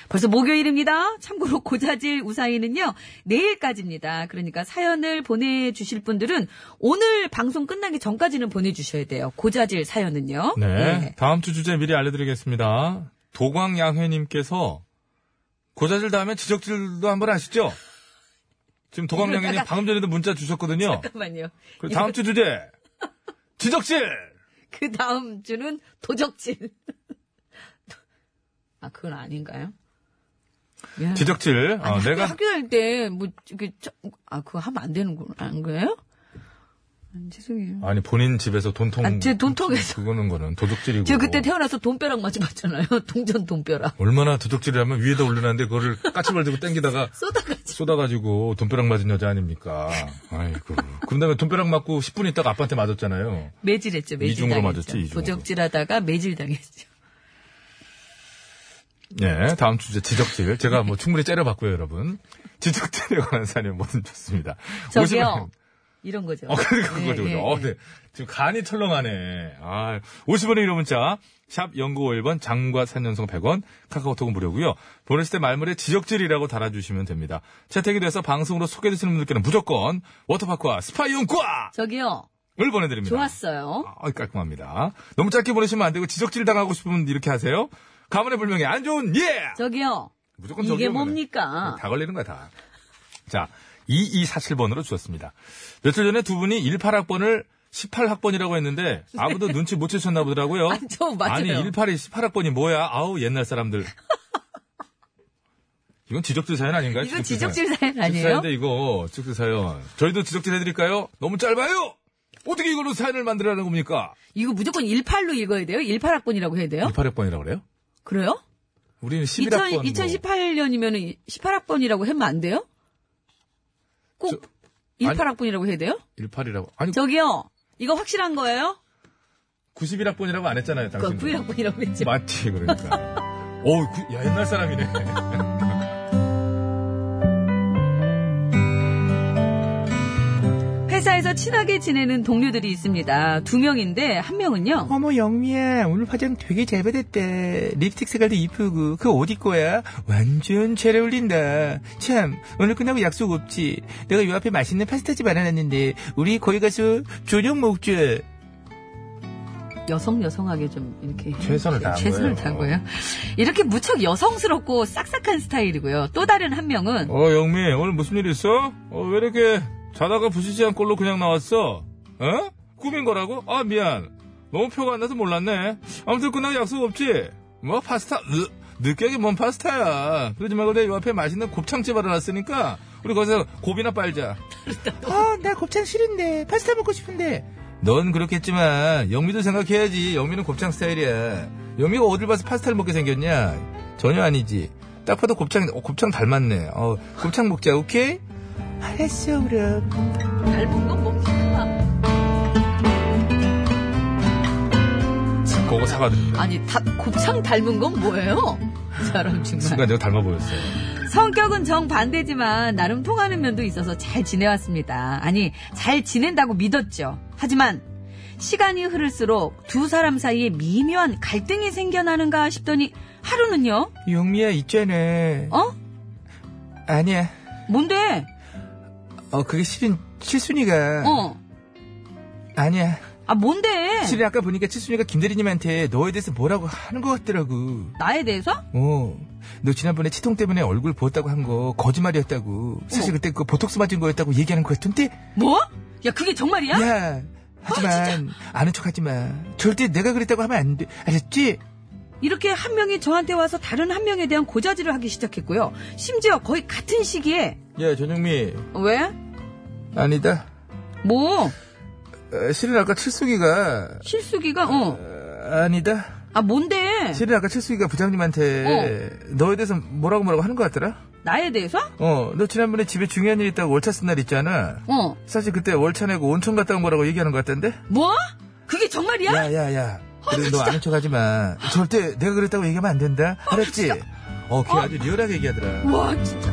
벌써 목요일입니다. 참고로 고자질 우사이는요, 내일까지입니다. 그러니까 사연을 보내주실 분들은 오늘 방송 끝나기 전까지는 보내주셔야 돼요. 고자질 사연은요. 네. 네. 다음 주 주제 미리 알려드리겠습니다. 도광양회님께서 고자질 다음에 지적질도 한번 하시죠? 지금 도광양회님 방금 전에도 문자 주셨거든요. 잠깐만요. 그 다음 주 주제 지적질. 그 다음 주는 도적질. 아, 그건 아닌가요? 지적질. 어, 아니, 내가 학교 다닐 때, 뭐, 이렇게, 저- 아, 그거 하면 안 되는구나, 안 그래요? 아, 죄송해요. 아니 본인 집에서 돈통. 아, 제 돈통에서. 그거는 거는 도둑질이고. 제가 그때 태어나서 돈벼락 맞아봤잖아요. [LAUGHS] 동전 돈벼락. 얼마나 도둑질을 하면 위에다 올려놨는데 그거를 까치발 들고 당기다가 [LAUGHS] 쏟아가지고. 쏟아가지고 돈벼락 맞은 여자 아닙니까? 아이고. 그런 다음에 돈벼락 맞고 10분 있다가 아빠한테 맞았잖아요. 매질했죠, 매질. 이중으로 당했죠. 맞았지, 이중으로. [LAUGHS] 도적질하다가 매질당했죠. 네, 다음 주제 지적질. 제가 뭐 충분히 째려봤고요, 여러분. 지적질에 관한 사연이 뭐든 좋습니다. 저기요. 50원. 이런 거죠. 어, 그러니까 그거죠. 예, 그죠. 예, 어, 예. 네. 지금 간이 철렁하네. 아, 50원의 이호 문자, 샵 0951번, 장과 3년송 100원, 카카오톡은 무료고요 보냈을 때 말머리에 지적질이라고 달아주시면 됩니다. 채택이 돼서 방송으로 소개되시는 분들께는 무조건 워터파크와 스파이용과를 저기요. 보내드립니다. 좋았어요. 음. 아, 깔끔합니다. 너무 짧게 보내시면 안 되고 지적질 당하고 싶으면 이렇게 하세요. 가문의 불명예 안 좋은 예! 저기요. 무조건 이게 저기요, 그러면. 네, 뭡니까? 다 걸리는 거야, 다. 자, 2247번으로 주셨습니다. 며칠 전에 두 분이 18학번을 18학번이라고 했는데 아무도 눈치 못 채셨나 보더라고요. 네. 아니, 저 맞아요. 아니, 18이 18학번이 뭐야? 아우, 옛날 사람들. 이건 지적질 사연 아닌가요? 이거 지적질 사연 아니에요? 지적사연인데 이거 지적질 사연. 저희도 지적질 해드릴까요? 너무 짧아요. 어떻게 이걸로 사연을 만들라는 겁니까? 이거 무조건 18로 읽어야 돼요? 18학번이라고 해야 돼요? 18학번이라고 그래요? 그래요? 우리는 11학번. 2000, 2018년이면 18학번이라고 하면 안 돼요? 꼭 18학번이라고 해야 돼요? 18이라고. 아니, 저기요. 이거 확실한 거예요? 91학번이라고 안 했잖아요, 그 당신. 9학번이라고 했죠. 맞지 그러니까. 어우, 그, 야, 옛날 사람이네. 회사에서 친하게 지내는 동료들이 있습니다. 두 명인데 한 명은요. 어머 영미야 네, 오늘 화장 되게 잘 받았대 립스틱 색깔도 이쁘고 그 옷 입고 야 완전 잘 어울린다 참 오늘 끝나고 약속 없지 내가 요 앞에 맛있는 파스타집 알아놨는데 우리 거기 가서 저녁 먹자 여성 여성하게 좀 이렇게 최선을 다한 최선을 거예요. 다한 거예요. 이렇게 무척 여성스럽고 싹싹한 스타일이고요. 또 다른 한 명은 어, 영미, 오늘 무슨 일 있어? 어, 왜 이렇게 자다가 부시지한 꼴로 그냥 나왔어? 어? 꾸민 거라고? 아, 미안. 너무 표가 안 나서 몰랐네. 아무튼 끝나고 약속 없지? 뭐, 파스타, 으, 느끼하게 뭔 파스타야. 그러지 말고 내 옆에 맛있는 곱창집 알아놨으니까, 우리 거기서 고비나 빨자. 아나 곱창 싫은데 파스타 먹고 싶은데 넌 그렇겠지만 영미도 생각해야지. 영미는 곱창 스타일이야. 영미가 어딜 봐서 파스타를 먹게 생겼냐? 전혀 아니지. 딱 봐도 곱창, 어, 곱창 닮았네. 어, 곱창 먹자, 오케이? 알았어, 그럼. 뭐, 아, 그거 사과드립니다. 아니, 다, 곱창 닮은 건 뭐예요? 사람 정말. 순간 내가 닮아 보였어요. 성격은 정반대지만 나름 통하는 면도 있어서 잘 지내왔습니다. 아니, 잘 지낸다고 믿었죠. 하지만 시간이 흐를수록 두 사람 사이에 미묘한 갈등이 생겨나는가 싶더니 하루는요? 용미야, 있잖아. 어? 아니야. 뭔데? 어, 그게 실은, 칠순이가. 어. 아니야. 아, 뭔데? 실은 아까 보니까 칠순이가 김대리님한테 너에 대해서 뭐라고 하는 것 같더라고. 나에 대해서? 어. 너 지난번에 치통 때문에 얼굴 부었다고 한 거 거짓말이었다고. 사실 그때 그 보톡스 맞은 거였다고 얘기하는 거였던데. 뭐? 야, 그게 정말이야? 야, 하지만 아는 척하지 마. 절대 내가 그랬다고 하면 안 돼. 알았지? 이렇게 한 명이 저한테 와서 다른 한 명에 대한 고자질을 하기 시작했고요. 심지어 거의 같은 시기에 야, 전영미. 왜? 아니다. 뭐? 어, 실은 아까 칠숙이가 실수기가 어. 어, 아니다. 아, 뭔데? 실은 아까 칠숙이가 부장님한테 너에 대해서 뭐라고 뭐라고 하는 것 같더라. 나에 대해서? 어, 너 지난번에 집에 중요한 일 있다고 월차 쓴 날 있잖아. 어. 사실 그때 월차 내고 온천 갔다 온 거라고 얘기하는 것 같던데. 뭐? 그게 정말이야? 야, 야, 야. 그래, 너 아는 척 하지 마. 절대 내가 그랬다고 얘기하면 안 된다. 알았지? 어, 걔 아주 리얼하게 얘기하더라. 와, 진짜.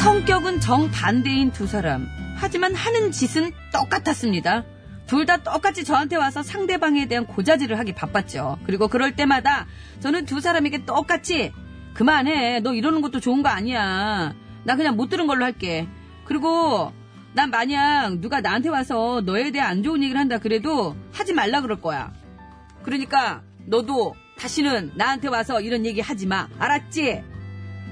성격은 정반대인 두 사람. 하지만 하는 짓은 똑같았습니다. 둘 다 똑같이 저한테 와서 상대방에 대한 고자질을 하기 바빴죠. 그리고 그럴 때마다 저는 두 사람에게 똑같이 그만해. 너 이러는 것도 좋은 거 아니야. 나 그냥 못 들은 걸로 할게. 그리고 난 만약 누가 나한테 와서 너에 대해 안 좋은 얘기를 한다 그래도 하지 말라 그럴 거야. 그러니까 너도 다시는 나한테 와서 이런 얘기 하지 마. 알았지?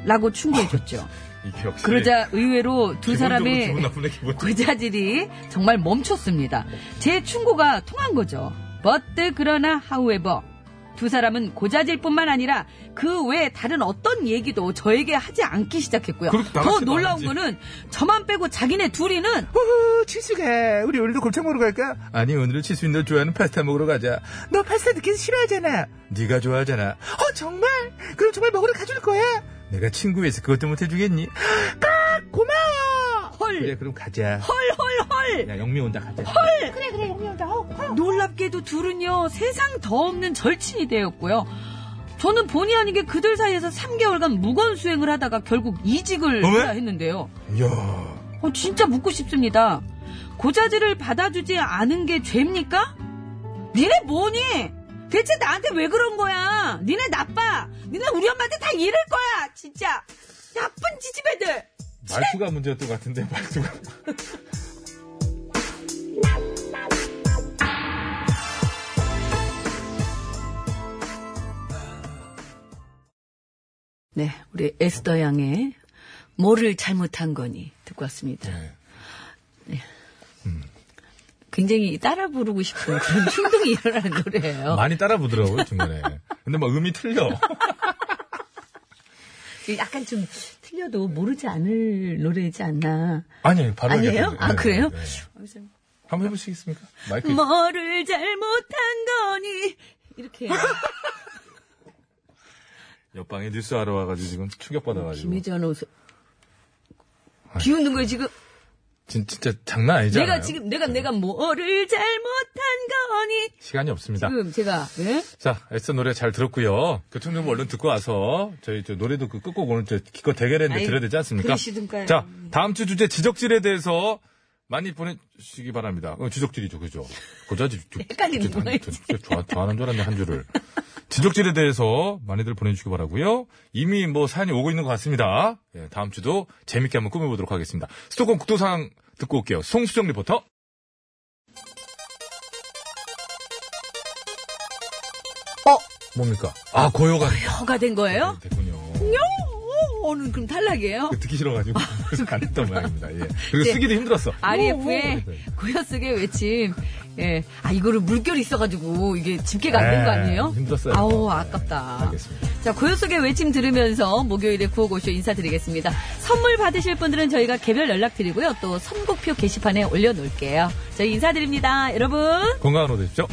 라고 충고해줬죠. [LAUGHS] 이게 역시 그러자 의외로 두 기본적으로 사람의 기분 나쁘네 기분. 고자질이 정말 멈췄습니다. 제 충고가 통한 거죠. 버트 그러나 하우에버 두 사람은 고자질뿐만 아니라 그 외에 다른 어떤 얘기도 저에게 하지 않기 시작했고요. 그렇게 더 나같이 놀라운 말하지. 거는 저만 빼고 자기네 둘이는 후후, 칠수가. 우리 오늘도 곱창 먹으러 갈까? 아니, 오늘은 칠수인 너 좋아하는 파스타 먹으러 가자. 너 파스타 느끼해서 싫어하잖아. 네가 좋아하잖아. 어, 정말? 그럼 정말 먹으러 가줄 거야? 내가 친구에서 그것도 못 해주겠니? 까! 고마워! 헐. 그래, 그럼 가자. 네. 헐헐헐 야, 영미 온다, 가자. 놀랍게도 둘은요 세상 더 없는 절친이 되었고요. 저는 본의 아니게 그들 사이에서 3개월간 무건 수행을 하다가 결국 이직을 어메? 해야 했는데요. 이야. 어, 진짜 묻고 싶습니다. 고자질을 받아주지 않은 게 죄입니까? 니네 뭐니? 대체 나한테 왜 그런 거야? 니네 나빠. 니네 우리 엄마한테 다 이럴 거야. 진짜 나쁜 지지배들. 말투가 문제였던 것 같은데 말투가. 네, 우리 에스더 양의 뭐를 잘못한 거니 듣고 왔습니다. 네. 굉장히 따라 부르고 싶은 그런 [LAUGHS] 충동이 일어나는 노래예요. 많이 따라 부더라고요 중간에. 근데 뭐 막 음이 틀려. 약간 좀 틀려도 모르지 않을 노래이지 않나. 아니 바로 아니에요? 얘기하던데. 아, 그래요? 네. 한번 해보시겠습니까? 마이크. 음. 뭐를 잘못한 거니 이렇게 옆방에 뉴스 하러 와가지고 지금 충격 받아가지고. 김혜전 옷을 비웃는 거예요 지금. 진, 진짜 장난 아니잖아요. 내가 지금 내가 내가 뭐를 잘못한 거니 시간이 없습니다. 지금 제가 예? 자, 애써 노래 잘 들었고요. 교통정보 얼른 듣고 와서 저희 저 노래도 그 끝곡 오늘 저 기껏 대결했는데 아이, 들어야 되지 않습니까? 그러시든가요. 자, 다음 주 주제 지적질에 대해서 많이 보내주시기 바랍니다. 어, 지적질이죠, 그죠? 고자질. 저- 헷갈리는 저- 저- 거예요, 저- 저- 좋아, 좋아하는 줄 알았네, 한 줄을. 지적질에 대해서 많이들 보내주시기 바라고요 이미 뭐 사연이 오고 있는 것 같습니다. 예, 다음 주도 재밌게 한번 꾸며보도록 하겠습니다. 수도권 국도상 듣고 올게요. 송수정 리포터. 뭡니까? 아, 고요가 허가 된 거예요? 아, 됐군요. 오, 오늘 그럼 탈락이에요? 듣기 아, 싫어가지고 안 했던 모양입니다. 예. 그리고 쓰기도 힘들었어. E RF의 고여쓰게 외침. 예. 아, 이거를 물결이 있어가지고 이게 집계가 안 된 거 네, 아니에요? 힘들었어요. 아우, 네, 아깝다. 알겠습니다. 자, 고요속의 외침 들으면서 목요일에 구호고쇼 인사드리겠습니다. 선물 받으실 분들은 저희가 개별 연락드리고요. 또 선곡표 게시판에 올려놓을게요. 저희 인사드립니다. 여러분. 건강한 오후 되십시오.